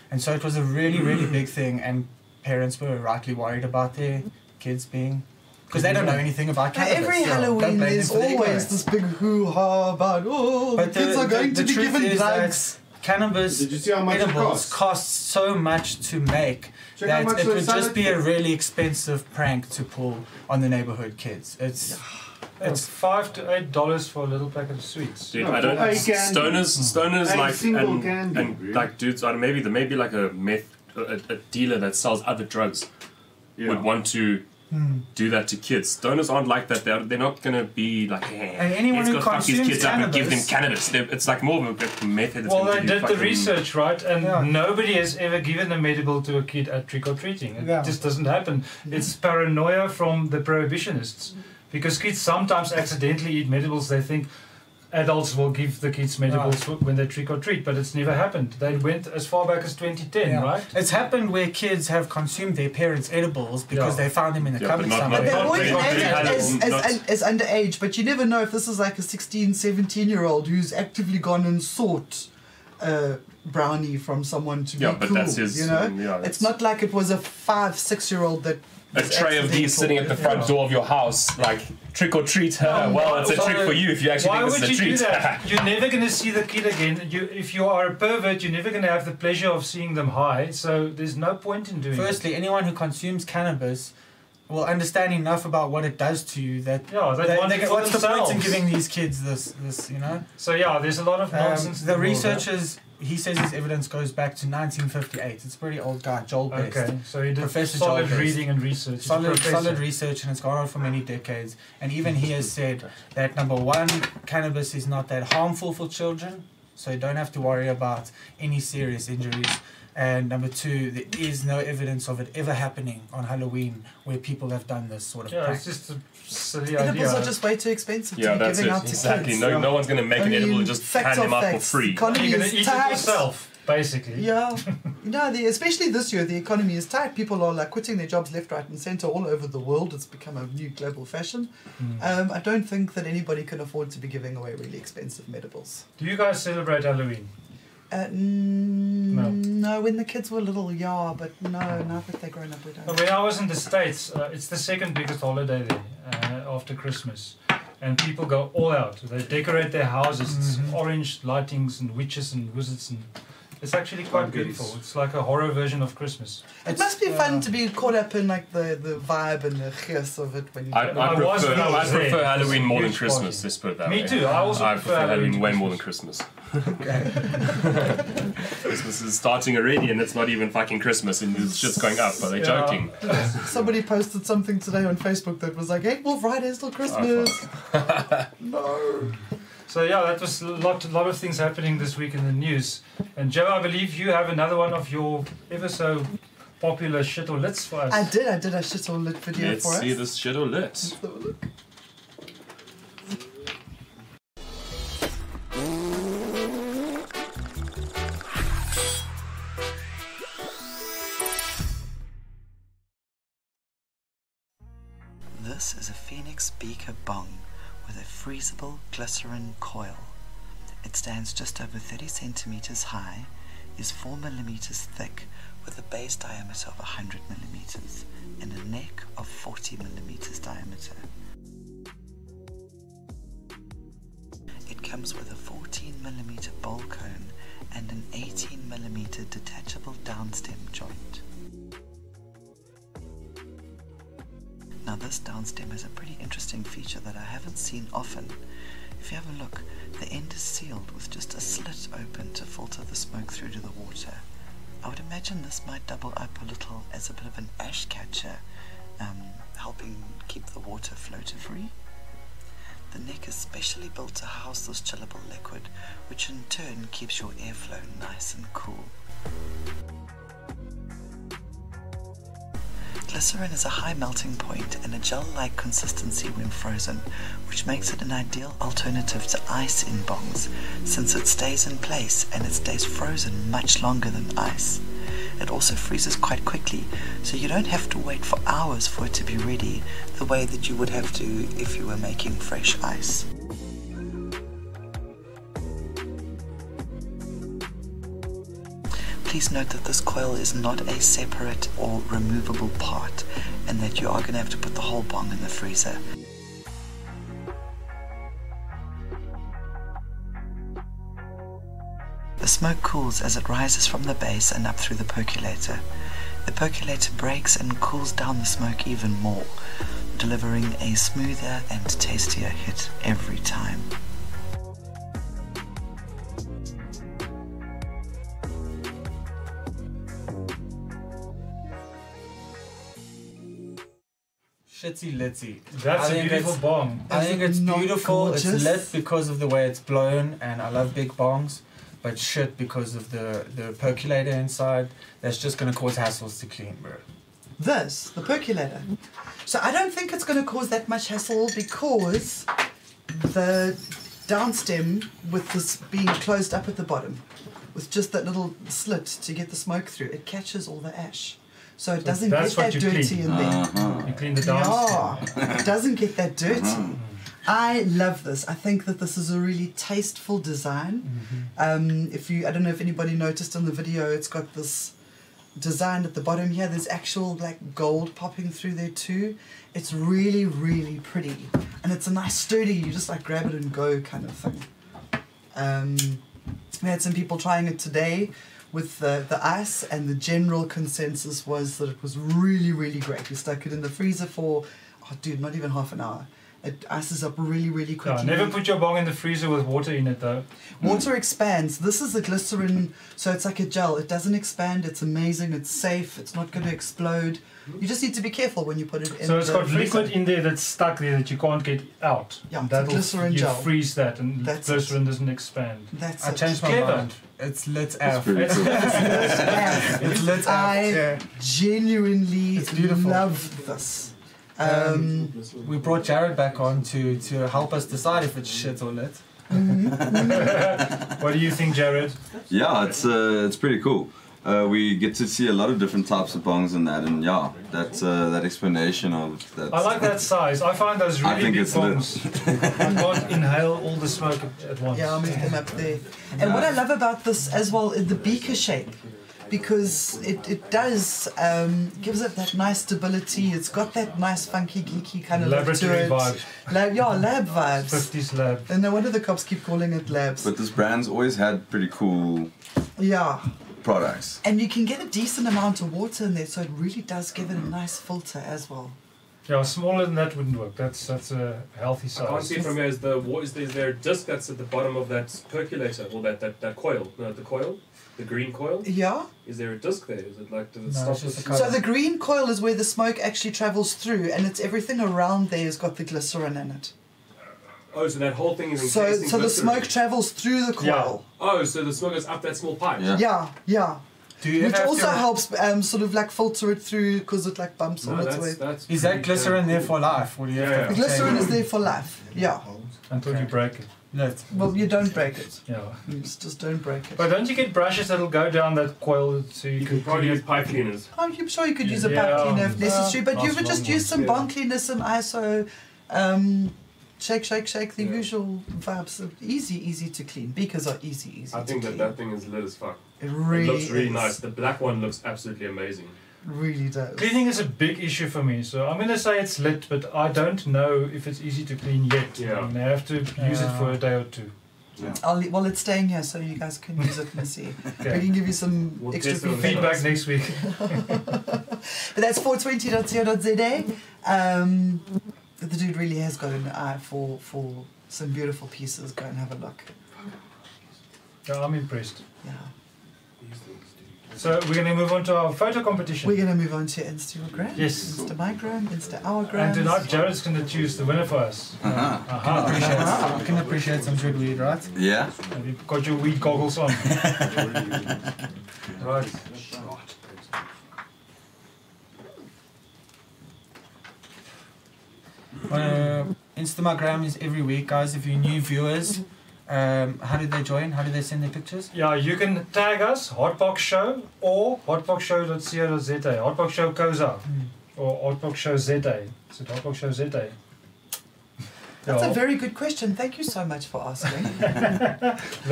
G: And so it was a really, really big thing, and parents were rightly worried about their kids being. Because they don't know anything about
C: Now,
G: cannabis.
C: every
G: so don't
C: Halloween,
G: blame them
C: there's
G: for their
C: always
G: ignorance.
C: this big hoo ha about oh,
G: But
C: the
G: the-
C: kids are
G: the-
C: going
G: the
C: to be
G: truth
C: given
G: is that
C: drugs.
G: Cannabis
H: Did you see how much it
G: edibles
H: costs?
G: so much to make
H: Check how
G: that
H: much
G: it
H: those
G: would just
H: salad
G: be a
H: kids-
G: really expensive prank to pull on the neighborhood kids. It's
B: It's five to eight dollars for a little packet of sweets.
A: Dude, I don't.
H: Eye candy.
A: Stoners,
C: Hmm.
A: stoners
H: Eye
A: like
H: single
A: and,
H: candy,
A: and
H: bro.
A: like dudes. I don't, maybe the maybe like a meth, a, a dealer that sells other drugs
H: Yeah.
A: would want to
C: Hmm.
A: do that to kids. Stoners aren't like that. They're they're not gonna be like. eh,
G: And anyone
A: let's
G: who
A: go fuck these
G: consumes
A: kids up and give them
G: cannabis-
A: cannabis. They're, it's like more of a method.
B: Well, they did the research, right? And
G: Yeah.
B: nobody has ever given a medical to a kid at trick or treating. It
G: Yeah. Mm-hmm.
B: just doesn't happen. It's paranoia from the prohibitionists because kids sometimes accidentally eat medibles. They think adults will give the kids medibles when they trick or treat, but it's never happened. They went as far back as 2010,
G: Yeah.
B: right?
G: It's happened where kids have consumed their parents' edibles because
B: Yeah.
G: they found them in the
A: Yeah, but
G: cupboard
A: not-
G: somewhere.
A: not-
C: They
A: not
C: always
A: really-
C: name
A: not
C: it
A: really
C: as,
A: Halloween,
C: as,
A: not-
C: un- as underage, but you never know if this is like a 16, 17 year old who's actively gone and sought a brownie from someone to
A: Yeah,
C: be
A: but
C: cool.
A: that's his.
C: you know,
A: yeah,
C: it's
A: that's-
C: not like it was a five, six year old that.
A: a
C: was
A: tray of these
C: accidental.
A: sitting at the front door of your house, like trick or treat her.
B: No,
A: well,
B: why-
A: it's a trick
B: Um, why-
A: for you if you actually
B: Why
A: think
B: would
A: this
B: you
A: is a
B: do
A: treat.
B: that? You're never going to see the kid again. You, if you are a pervert, you're never going to have the pleasure of seeing them high. So there's no point in doing it.
G: Firstly, anyone who consumes cannabis will understand enough about what it does to you that.
B: Yeah, they,
G: that-
B: want
G: they
B: it
G: get-
B: for
G: what's the
B: themselves.
G: point in giving these kids this? This, you know.
B: So yeah, there's a lot of
G: Um,
B: nonsense. in
G: the
B: world,
G: researchers, he says his evidence goes back to 1958. It's a pretty old guy, Joel
B: huh?
G: Best.
B: Okay, so he did
G: Professor
B: solid
G: Joel Best.
B: reading and research. He's a
G: Solid,
B: professor.
G: solid research, and it's gone on for many decades. And even he has said that number one, cannabis is not that harmful for children, so you don't have to worry about any serious injuries. And number two, there is no evidence of it ever happening on Halloween where people have done this sort of
B: Yeah,
G: practice.
B: it's just a silly idea.
C: Edibles are just way too expensive
A: Yeah,
C: to be
A: that's
C: giving
A: it.
C: out to
A: Exactly.
C: kids.
A: No, no one's going to make
C: I
A: an edible
C: mean,
A: and just
C: facts
A: hand
C: are
A: them out for
C: facts.
A: free.
C: Economy
B: You're
C: is
B: gonna eat
C: tight.
B: it yourself, basically.
C: Yeah, no, the, especially this year, the economy is tight. People are like quitting their jobs left, right, and centre all over the world. It's become a new global fashion.
B: Mm.
C: Um, I don't think that anybody can afford to be giving away really expensive medibles.
B: Do you guys celebrate Halloween?
C: Uh, mm, no. when the kids were little, yeah, but no, now that they're grown up, we
B: Uh,
C: don't.
B: When I was in the States, uh, it's the second biggest holiday there uh, after Christmas. And people go all out. They decorate their houses. It's
G: Mhm.
B: orange lightings and witches and wizards and It's actually quite
H: goodies.
B: beautiful. It's like a horror version of Christmas.
C: It must be
A: uh,
C: fun to be caught up in like the, the vibe and the chaos of it when you.
A: I, I,
B: I
A: prefer,
B: was when I
A: I
B: was there.
A: prefer Halloween more than
B: Huge
A: Christmas,
B: party.
A: let's put it that
B: Me
A: way.
B: too, I also
A: I
B: prefer
A: prefer Halloween
B: Halloween
A: way more than Christmas. Christmas is starting already and it's not even fucking Christmas and it's just going up. Are they
B: Yeah.
A: joking?
C: Somebody posted something today on Facebook that was like, "Hey, Wolf Riders till Christmas."
A: Oh,
B: So yeah, that was a lot, lot of things happening this week in the news. And Joe, I believe you have another one of your ever so popular shit or lits for us.
C: I did. I did a shit all lit video
A: Let's
C: for us.
A: see this shit or lit.
C: Let's have a look.
I: This is a Phoenix beaker bong with a freezable glycerin coil. It stands just over 30 centimeters high, is 4 millimeters thick, with a base diameter of 100 millimeters and a neck of 40 millimeters diameter. It comes with a 14 millimeter bowl cone and an 18 millimeter detachable downstem joint. Now this downstem has a pretty interesting feature that I haven't seen often. If you have a look, the end is sealed with just a slit open to filter the smoke through to the water. I would imagine this might double up a little as a bit of an ash catcher, um, helping keep the water floater free. The neck is specially built to house this chillable liquid, which in turn keeps your airflow nice and cool. Glycerin is a high melting point and a gel like consistency when frozen, which makes it an ideal alternative to ice in bongs since it stays in place and it stays frozen much longer than ice. It also freezes quite quickly, so you don't have to wait for hours for it to be ready the way that you would have to if you were making fresh ice. Please note that this coil is not a separate or removable part and that you are going to have to put the whole bong in the freezer. The smoke cools as it rises from the base and up through the percolator. The percolator breaks and cools down the smoke even more, delivering a smoother and tastier hit every time.
G: Shitsy litsy. I
B: That's a
G: think
B: beautiful
G: it's-
B: bomb.
G: I
C: Is
G: think
C: it
G: it's
C: not
G: beautiful. It's
C: gorgeous?
G: lit because of the way it's blown, and I love big bongs, but shit because of the the percolator inside. That's just gonna cause hassles to clean, bro.
C: This, the percolator. So I don't think it's going to cause that much hassle because the downstem with this being closed up at the bottom, with just that little slit to get the smoke through, it catches all the ash. So it doesn't
B: that's
C: get
B: what
C: that
B: you
C: dirty
B: clean.
C: in there.
B: You clean the dance.
C: Yeah, it doesn't get that dirty. I love this. I think that this is a really tasteful design.
B: Mm-hmm.
C: Um, if you, I don't know if anybody noticed on the video, it's got this design at the bottom here. There's actual like gold popping through there too. It's really, really pretty, and it's a nice sturdy. You just like grab it and go kind of thing. Um, we had some people trying it today with the, the ice, and the general consensus was that it was really, really great. We stuck it in the freezer for, oh, dude, not even half an hour. It ices up really, really
B: Yeah,
C: quickly.
B: never put your bong in the freezer with water in it though.
C: Water expands. This is a glycerin, so it's like a gel. It doesn't expand. It's amazing. It's safe. It's not going to explode. You just need to be careful when you put it in.
B: so it's
C: the
B: got
C: freezer.
B: liquid in there that's stuck there that you can't get out.
C: Yeah, it's a
B: That'll-
C: glycerin
B: you
C: gel.
B: freeze that and
C: That's it.
B: glycerin doesn't expand.
C: That's
G: I
C: it.
G: changed my
B: Clever.
G: mind. It's lit F.
H: Pretty cool.
C: Yeah.
G: It's lit
C: I-
G: F. Yeah.
C: Genuinely
G: It's beautiful.
C: love this. Um,
G: We brought Jared back on to to help us decide if it's shit or lit.
B: What do you think, Jared?
D: Yeah, it's uh, it's pretty cool. Uh, we get to see a lot of different types of bongs and that, and yeah, that uh, that explanation of that.
B: I like that size. I find those
D: I
B: really
D: think
B: big
D: it's lit.
B: bongs. I can't inhale all the smoke at- at once.
C: Yeah, I'll move them up there. And what I love about this as well is the beaker shape. Because it, it does, um, gives it that nice stability. It's got that nice, funky, geeky kind of look to
B: Laboratory
C: it.
B: vibe.
C: Lab, yeah, lab vibes.
B: 50s lab.
C: And no wonder the cops keep calling it labs.
D: But this brand's always had pretty cool
C: Yeah.
D: products.
C: And you can get a decent amount of water in there, so it really does give it a nice filter as well.
B: Yeah, smaller than that wouldn't work. That's that's a healthy size.
A: I can't see it from here. Is the what is, is there a disc that's at the bottom of that percolator or that, that, that coil? No, the coil, the green coil.
C: Yeah.
A: Is there a disc there? Is it like does it
G: No,
A: stop
G: it's just
A: with-
G: a
C: So the green coil is where the smoke actually travels through, and it's everything around there has got the glycerin in it.
A: Oh, so that whole thing is
C: So,
A: encased in
C: so the
A: glycerin.
C: smoke travels through the
B: Yeah.
C: coil.
A: Oh, so the smoke goes up that small pipe.
D: Yeah.
C: Yeah, yeah.
G: Do you
C: Which
G: have
C: also
G: to,
C: helps um, sort of like filter it through because it like bumps
A: No,
C: on its
A: that's,
C: way.
A: that's
G: Is that
A: pretty
G: glycerin
A: damn
G: there
A: cool.
G: for life? Or do you
A: Yeah,
G: have
A: yeah.
C: The
G: to
C: glycerin
G: take
C: is
G: it?
C: there for life. Yeah.
B: until you break it.
G: No,
C: Well, you don't break it.
B: Yeah.
C: You just, just don't break it.
B: But don't you get brushes that'll go down that coil so you,
A: You
B: can
A: can probably
B: clean
A: use pipe cleaners.
C: Oh, I'm sure you could use a
B: Yeah.
C: butt cleaner if
B: Yeah.
C: necessary, but you
B: Nice
C: would just
B: long
C: use some
H: yeah.
C: bond cleaner, some ISO, um, shake, shake, shake, the
A: Yeah.
C: usual vibes. Of easy, easy to clean. Beakers are easy, easy
A: I
C: to
A: think that
C: clean.
A: that thing is lit as fuck.
C: it really
A: it looks really
C: is.
A: nice. The black one looks absolutely amazing.
C: Really does.
B: Cleaning is a big issue for me, so I'm gonna say it's lit, but I don't know if it's easy to clean yet.
A: Yeah.
B: And I have to use it for a day or two.
C: I'll, le- well, it's staying here, so you guys can use it and see. We
B: Okay.
C: can give you some
A: We'll
C: extra
A: test it on
C: feedback.
B: Feedback next week.
C: But that's 420.co.za. Um, the dude really has got an eye for, for some beautiful pieces. Go and have a look.
B: Yeah, I'm impressed.
C: Yeah.
B: So we're gonna move on to our photo competition.
C: We're going to move on to Instagram.
B: Yes.
C: Insta Microgram, Insta Hourgram.
B: and tonight Jared's gonna choose the winner for us. Uh-huh.
C: Ah.
G: appreciate, I can appreciate some good weed, right?
D: Yeah.
B: Have you got your weed goggles on? right.
G: Uh, Instagram is every week, guys. If you're new viewers, um, how do they join? How do they send their pictures?
B: Yeah, you can tag us, Hotbox Show or hotboxshow.co.za. Hotbox Show Koza
C: Hmm.
B: or Hotbox Show ZA. Is it Hotbox Show ZA?
C: That's
B: Yeah,
C: a very good question. Thank you so much for asking.
B: we'll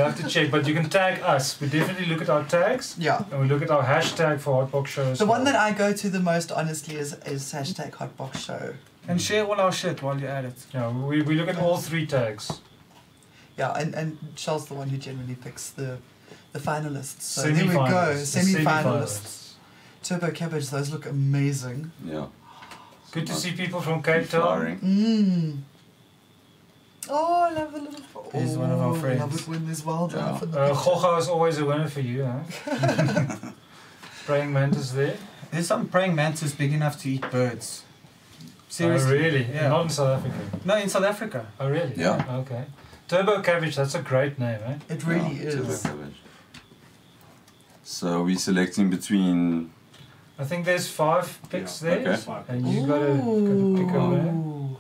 B: have to check, but you can tag us. We definitely look at our tags
C: yeah.
B: and we look at our hashtag for Hotbox Show. as
C: The one
B: well.
C: that I go to the most, honestly, is, is hashtag Hotbox Show.
G: And share all our shit while you're at it.
B: Yeah, we, we look at all three tags.
C: Yeah, and, and Charles the one who generally picks the the finalists. So there we go,
B: Semi-finalists, the
C: semi finalists.
B: semi-finalists.
C: Turbo cabbage, those look amazing.
D: Yeah.
B: Good to see people from Cape Town.
D: Flowering.
C: Mmm. Oh, I love the little. Oh,
G: He's one of our
C: Love
G: friends.
C: it when there's wild
D: Yeah.
C: life in the
B: Uh,
C: picture.
B: Goga is always a winner for you, huh? Praying mantis there.
G: There's some praying mantis big enough to eat birds.
B: Oh,
G: Seriously?
B: really?
G: Yeah.
B: Not in South Africa.
G: No, in South Africa.
B: Oh, really?
D: Yeah.
B: Okay. Turbo Cabbage, that's a great name, eh?
C: It really
D: Yeah,
C: is.
D: turbo cabbage. So we're selecting between.
B: I think there's five picks
H: Yeah.
B: there.
D: Okay.
B: And you gotta, gotta pick eh? a winner.
C: Ooh.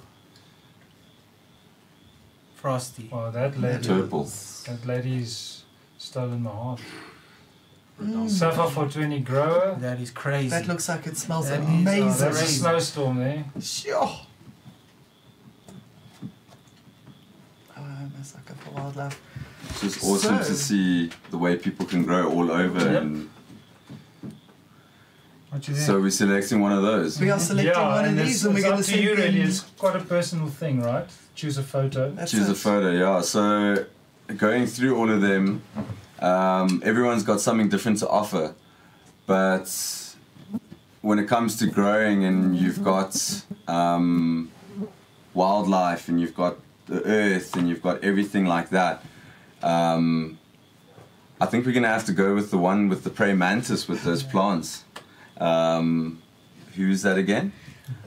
G: Frosty.
B: Oh, that lady.
D: Turtles.
B: That lady's stolen my heart. Sapphire 420 grower.
G: That is crazy.
C: That looks like it smells
G: That is-
B: Oh,
C: amazing.
B: there's a snowstorm there.
C: Sure. Oh, I'm a sucker for wildlife.
D: It's just awesome
C: So-
D: to see the way people can grow all over.
B: Yep.
D: And
G: What you think? Uh,
D: so we're selecting one of those.
C: We are selecting
B: yeah,
C: one
B: and
C: of
B: it's,
C: these and we're
B: it's
C: going
B: up to
C: send
B: you really.
C: them-
B: It's quite a personal thing, right? Choose a photo.
C: That's
D: Choose
C: it.
D: a photo, yeah. So going through all of them, um, everyone's got something different to offer. But when it comes to growing and you've got um, wildlife and you've got the earth and you've got everything like that, um, I think we're going to have to go with the one with the praying mantis with those plants. Um, who's that again?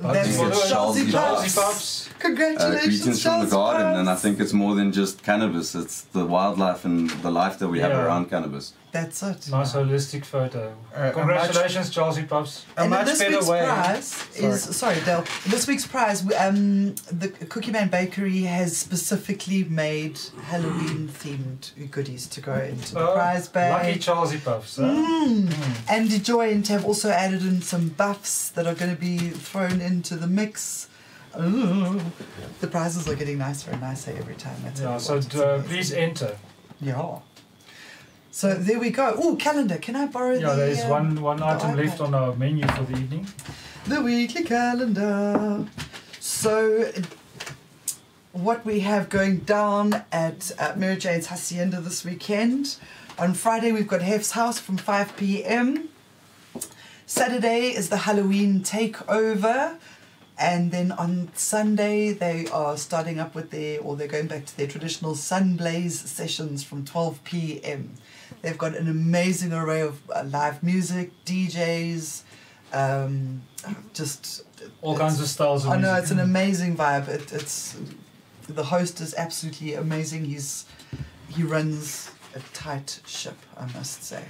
C: That's
D: Well,
C: it.
D: it's
C: Charlesy
B: e
C: Pups.
D: Charlesy Pups.
B: Pups.
D: uh,
C: Congratulations,
D: greetings from the
C: Charles
D: garden,
C: Pups.
D: and I think it's more than just cannabis. It's the wildlife and the life that we have
B: Yeah.
D: around cannabis.
C: That's it.
B: Nice holistic photo.
G: Uh,
B: Congratulations, Charlesy Pups.
G: A
C: and in
G: much
C: this
G: better
C: week's
G: way.
C: prize is sorry, Dale. In this week's prize, we- um, the Cookie Man Bakery has specifically made Halloween-themed goodies to go into the
B: Oh,
C: prize
B: Lucky
C: bag.
B: Charlesy Pups. Huh?
C: Mm. And the Joint have also added in some buffs that are going to be thrown into the mix. Ooh. The prizes are getting nicer and nicer every time. That's
B: Yeah,
C: what
B: so
C: it's
B: uh,
C: amazing.
B: please enter.
C: Yeah. So there we go. Oh, calendar. Can I borrow
B: Yeah,
C: the?
B: there is
C: um,
B: one one item
C: the
B: left
C: iPad.
B: on our menu for the evening.
C: The weekly calendar. So, what we have going down at uh, Mary Jane's Hacienda this weekend On Friday, we've got Hef's House from 5 p.m. Saturday is the Halloween takeover. And then on Sunday, they are starting up with their, or they're going back to their traditional Sunblaze sessions from 12 p.m. They've got an amazing array of uh, live music, DJs, um, just
B: All kinds of styles of
C: I know
B: music.
C: it's an amazing vibe. It, it's the host is absolutely amazing. He's he runs a tight ship, I must say.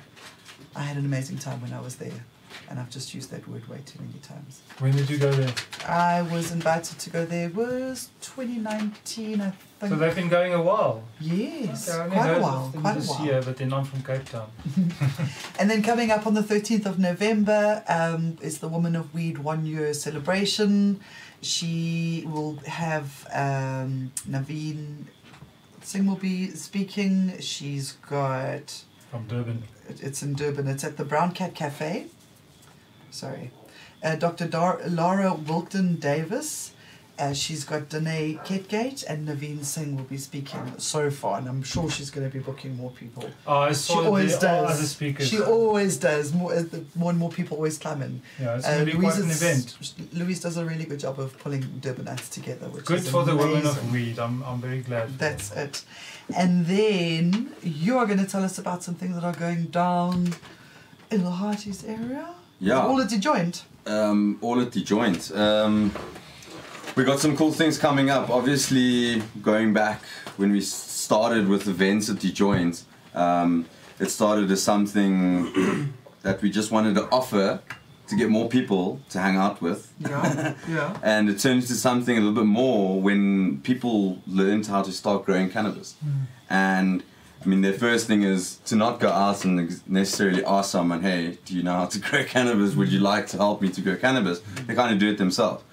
C: I had an amazing time when I was there, and I've just used that word way too many times.
B: When did you go there?
C: I was invited to go there was 2019, I think.
B: So they've been going a while.
C: yes,
B: Okay, I only
C: quite
B: heard
C: a
B: of
C: while,
B: them
C: quite a
B: this
C: while.
B: year, but then I'm from Cape Town.
C: And then coming up on the 13th of November um, is the Woman of Weed one year celebration. She will have um, Naveen Singh will be speaking. She's got,
B: From Durban.
C: it- it's in Durban, it's at the Brown Cat Cafe. Sorry. Uh, Dr. Dar- Laura Wilkton Davis. Uh, she's got Danae Ketgate and Naveen Singh will be speaking so far, and I'm sure she's going to be booking more people.
B: Oh, I saw
C: She
B: that
C: always
B: there are
C: does.
B: other speakers.
C: She always does. More, uh, the- more and more people always come in.
B: yeah, it's
C: Uh,
B: going to be quite an
C: Louise's-
B: event.
C: Louise does a really good job of pulling Durbanites together, which
B: Good
C: is
B: for the women
C: amazing.
B: of weed. I'm, I'm very glad. for
C: That's
B: them.
C: it. And then you are going to tell us about some things that are going down in the Hearties area.
D: Yeah.
C: All at the joint.
D: um, all at the joint. Um, we got some cool things coming up. Obviously, going back when we s- started with events at the joint, um, it started as something that we just wanted to offer to get more people to hang out with.
C: Yeah. yeah.
D: And it turned into something a little bit more when people learned how to start growing cannabis. And I mean, their first thing is to not go out and ex- necessarily ask someone, hey, do you know how to grow cannabis? Would you like to help me to grow cannabis? They kind of do it themselves.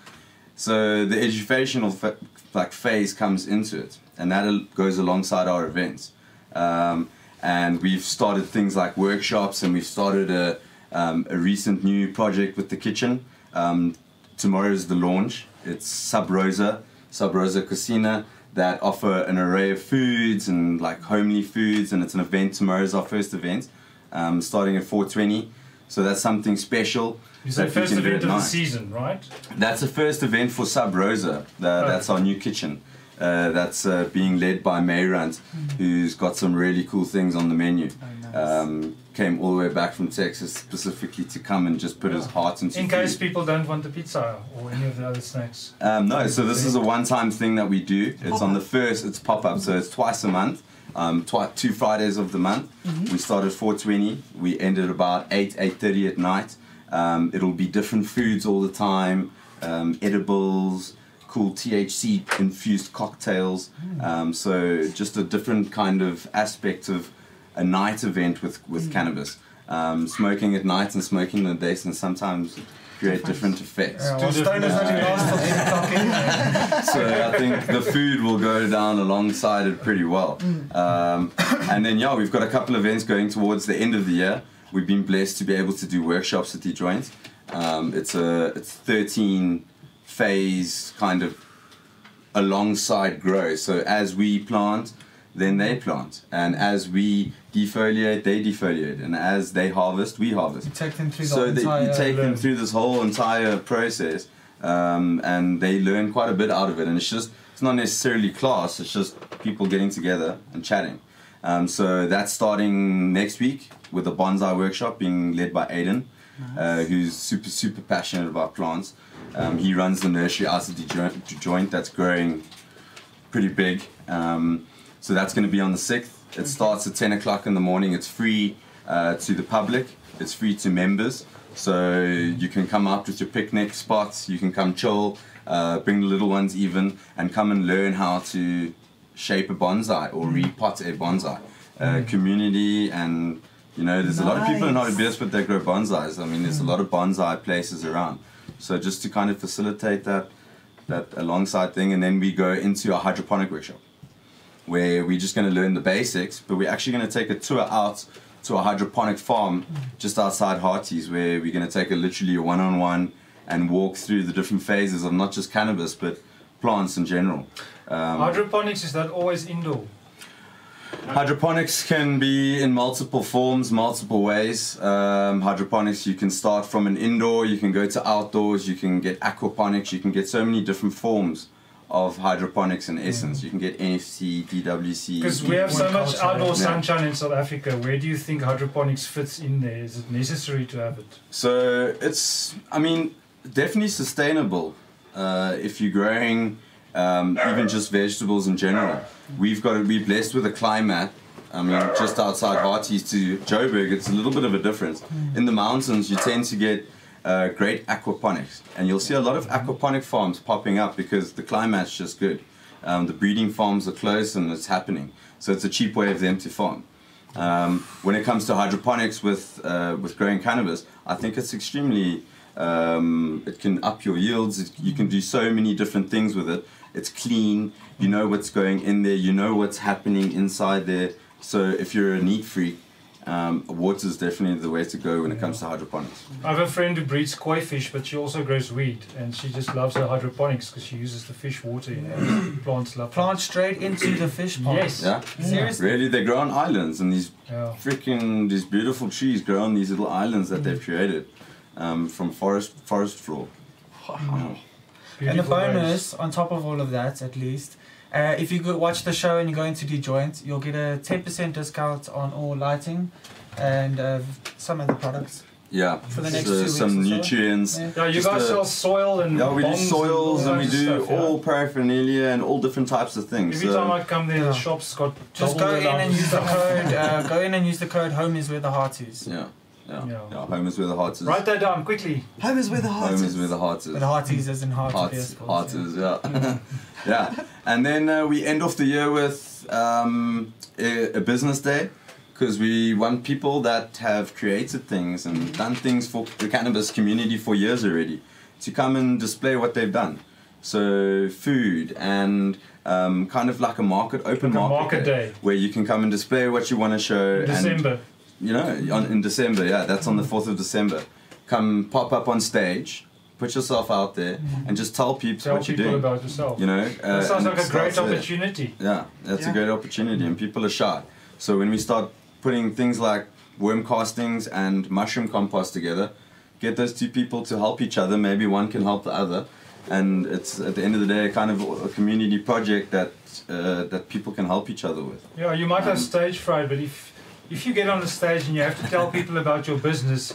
D: So the educational fa- like phase comes into it, and that al- goes alongside our events. Um, and we've started things like workshops, and we've started a, um, a recent new project with the kitchen. Um, tomorrow is the launch. It's Sub Rosa, Sub Rosa Cucina, that offer an array of foods and like homely foods, and it's an event. Tomorrow's our first event, um, starting at 4:20. So that's something special.
B: You say
D: that we
B: first
D: can do
B: event
D: at
B: of the
D: night.
B: season, right?
D: That's the first event for Sub Rosa. Tha-
B: Oh.
D: That's our new kitchen. Uh, that's uh, being led by Mayrant,
B: Mm.
D: who's got some really cool things on the menu.
B: Oh,
D: um, came all the way back from Texas specifically to come and just put his heart into
B: In case
D: food.
B: people don't want the pizza or any of the other snacks.
D: Um, no, so this is a one-time thing that we do. It's on the first. It's pop-up, so it's twice a month. Um, twi- two Fridays of the month. We start at 4:20. We end at about 8, 8:30 at night. Um, it'll be different foods all the time, um, edibles, cool THC-infused cocktails. Um, so just a different kind of aspect of a night event with with cannabis. Um, smoking at night and smoking in the day can sometimes create different effects.
G: Yeah,
B: Two
G: well,
B: different
G: stoners only last till 8 o'clock anyway.
D: So I think the food will go down alongside it pretty well. Um, and then, yeah, we've got a couple of events going towards the end of the year. We've been blessed to be able to do workshops at the joint. Um, it's a it's 13 phase kind of alongside grow. So as we plant, then they plant, and as we defoliate, they defoliate, and as they harvest, we harvest
G: You take them through the
D: so that
G: entire
D: you take them
G: learn.
D: through this whole entire process um, and they learn quite a bit out of it and it's just it's not necessarily class it's just people getting together and chatting um, so that's starting next week with the bonsai workshop being led by aiden uh, who's super super passionate about plants um, he runs the nursery out of the joint, joint that's growing pretty big. Um, so that's going to be on the 6th. It starts at 10 o'clock in the morning. It's free uh, to the public, it's free to members. So you can come out with your picnic spots, you can come chill, uh, bring the little ones even, and come and learn how to shape a bonsai or repot a bonsai. Uh, community and you know, there's a lot of people in
C: Nice.
D: Haribis, but they grow bonsais. I mean, there's a lot of bonsai places around. So just to kind of facilitate that, that alongside thing, and then we go into a hydroponic workshop where we're just going to learn the basics, but we're actually going to take a tour out to a hydroponic farm just outside Hearties, where we're going to take a literally a one-on-one and walk through the different phases of not just cannabis but plants in general.
B: Um, Hydroponics is that always indoor?
D: Hydroponics can be in multiple forms, multiple ways. Um, hydroponics, you can start from an indoor, you can go to outdoors, you can get aquaponics, you can get so many different forms of hydroponics in essence. You can get NFC, DWC.
B: Mm. Because we have so much
G: Horticulture,
B: outdoor
D: yeah.
B: sunshine in South Africa, where do you think hydroponics fits in there? Is it necessary to have it?
D: So it's, I mean, definitely sustainable uh, if you're growing um, even just vegetables in general. We've got to be blessed with a climate. I mean, just outside Harties to Joburg, it's a little bit of a difference. In the mountains, you tend to get uh, great aquaponics, and you'll see a lot of aquaponic farms popping up because the climate's just good. Um, the breeding farms are close, and it's happening. So it's a cheap way of them to farm. Um, when it comes to hydroponics with uh, with growing cannabis, I think it's extremely. Um, it can up your yields. It, you can do so many different things with it. It's clean. You know what's going in there. You know what's happening inside there. So if you're a neat freak, um, water is definitely the way to go when it comes to hydroponics.
B: I have a friend who breeds koi fish, but she also grows weed, and she just loves her hydroponics because she uses the fish water. You know, plants love.
G: Plant straight into the fish pond. Mm.
B: Yes.
D: Yeah.
G: Seriously.
D: Really, they grow on islands, and these
B: Yeah.
D: freaking these beautiful trees grow on these little islands that they've created um, from forest forest floor. Yeah.
G: And a
B: Beautiful ways.
G: bonus on top of all of that, at least, uh, if you go watch the show and you go into the joint, you'll get a ten percent discount on all lighting and uh, some other products.
D: Yeah.
G: For the next
D: So
G: two weeks
D: some
G: or so.
D: nutrients.
G: Yeah.
B: Yeah, you
D: Just
B: guys
D: a-
B: sell soil and
D: Yeah, we do
B: bongs
D: soils
B: all
D: and we
B: kinds of
D: do
B: stuff, yeah.
D: all paraphernalia and all different types of things.
B: Every time
D: So
B: I come there, the
G: Yeah.
B: shop's got
G: Just
B: double
G: go
B: the
G: in
B: amount
G: and
B: of
G: use the
B: stuff.
G: code. Uh, go in and use the code. Home is where the heart is.
D: yeah, yeah,
B: Yeah.
D: yeah. Home is where the heart is.
B: Write that down quickly.
C: Home is where the heart
D: Home
C: is.
D: is where the heart is.
G: But heart is as in heart. of
D: Hearts,
G: Beerspils,
D: hearts
G: yeah.
D: is yeah,
B: Hmm.
D: yeah. And then uh, we end off the year with um, a, a business day because we want people that have created things
B: Hmm.
D: and done things for the cannabis community for years already to come and display what they've done. So food and um, kind of like a market, open
B: Like a
D: market,
B: market day.
D: where you can come and display what you want to show. and
B: December.
D: you know, on, in December, yeah, that's
B: Mm.
D: on the 4th of December. Come pop up on stage, put yourself out there, and just tell peeps
B: Mm. Tell
D: what you're
B: people
D: doing.
B: about yourself.
D: You know, uh,
B: that sounds
D: and
B: like
D: it
B: a great
D: starts there.
B: opportunity.
D: Yeah, that's
C: Yeah.
D: a great opportunity, and people are shy. So when we start putting things like worm castings and mushroom compost together, get those two people to help each other. Maybe one can help the other, and it's at the end of the day kind of a community project that uh, that people can help each other with.
B: Yeah, you might
D: Um,
B: have stage fright, but if if you get on the stage and you have to tell people about your business,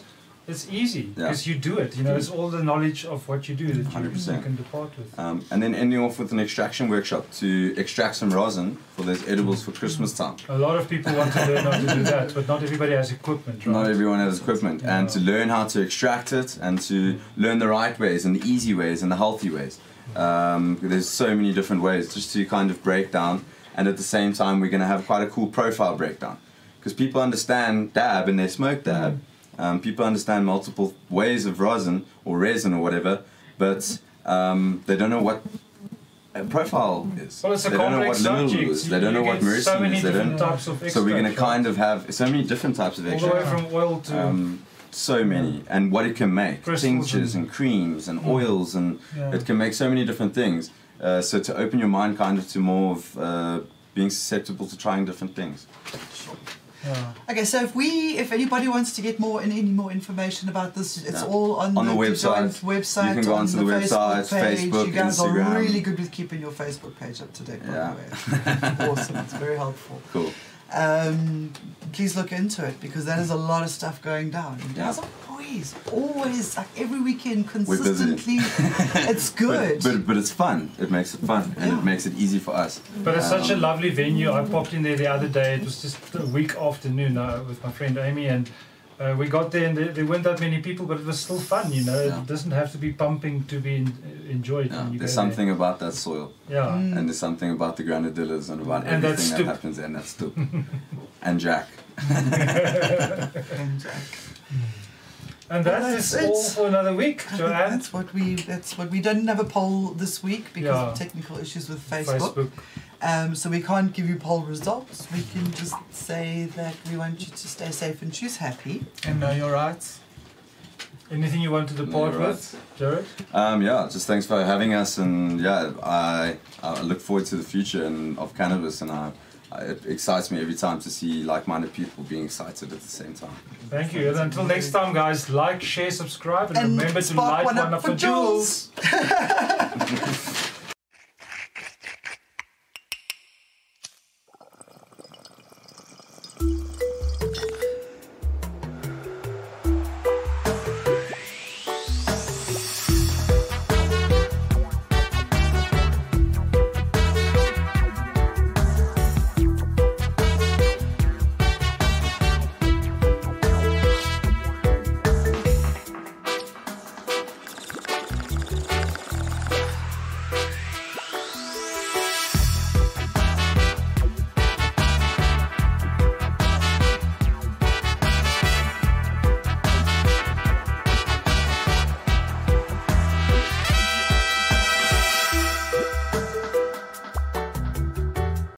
B: it's easy
D: Yeah.
B: because you do it. You know, it's all the knowledge of what you do that you,
D: 100%.
B: you can depart with.
D: Um, and then ending off with an extraction workshop to extract some rosin for those edibles for Christmas time.
B: A lot of people want to learn how to do that, but not everybody has equipment, right?
D: Not everyone has equipment, and to learn how to extract it and to learn the right ways and the easy ways and the healthy ways. Um, there's so many different ways just to kind of break down, and at the same time, we're going to have quite a cool profile breakdown because people understand dab and they smoke dab. Um, people understand multiple ways of rosin or resin or whatever, but um, they don't know what a profile is.
B: Well, it's a
D: they don't know what
B: complex
D: linalool
B: subject.
D: is. They don't
B: You
D: know what
B: get
D: myrcene
B: so many
D: is. They
B: different
D: don't.
B: types of
D: So we're going to
B: extracts, right?
D: kind of have so many different types of
B: all the way
D: extracts.
B: from oil to
D: Um, so many, and what it can make
B: Crystals Hmm.
D: tinctures and, creams and oils, and
G: Yeah.
D: it can make so many different things. Uh, so, to open your mind kind of to more of uh, being susceptible to trying different things.
G: Yeah.
C: Okay, so if we, if anybody wants to get more and any more information about this, it's
D: Yeah.
C: all on,
D: On the
C: DeJoint
D: website.
C: website.
D: You can go
C: on
D: onto
C: the,
D: the
C: Facebook
D: website,
C: page.
D: Facebook,
C: You guys
D: Instagram.
C: are really good with keeping your Facebook page up to date, by
D: Yeah.
C: the way. awesome, it's very helpful.
D: Cool.
C: Um, please look into it because that is a lot of stuff going down. You
D: Yeah.
C: guys are always, always, like every weekend,
D: We're busy.
C: consistently. it's good.
D: But, but, but it's fun. It makes it fun, and
C: Yeah.
D: it makes it easy for us.
B: But it's such a lovely venue. I popped in there the other day. It was just a week afternoon uh, with my friend Amy, and uh, we got there, and there, there weren't that many people, but it was still fun. You know,
D: Yeah.
B: it doesn't have to be pumping to be en- enjoyed.
D: Yeah,
B: when you
D: there's
B: go there.
D: something about that soil,
B: Yeah.
C: Mm.
D: and there's something about the granadillas, and about
B: And that
D: everything that
B: stoop.
D: happens, and that stoop, and Jack.
B: And
C: Well,
B: that is
C: that's it.
B: all for another week,
C: I think
B: Joanne.
C: that's what we. That's what we didn't have a poll this week because of
B: Yeah.
C: technical issues with
B: Facebook.
C: Um, so we can't give you poll results. We can just say that we want you to stay safe and choose happy.
G: And know your rights.
B: Anything you wanted to
D: No,
B: part
D: you're
B: with, Jared?
D: Um, yeah, just thanks for having us, and yeah, I, I look forward to the future and of cannabis, and I, I- It excites me every time to see like-minded people being excited at the same time.
G: Thank you. And until next time, guys, like, share, subscribe, and,
C: And
G: remember to
C: spark
G: light
C: one up for
G: jewels.
C: jewels.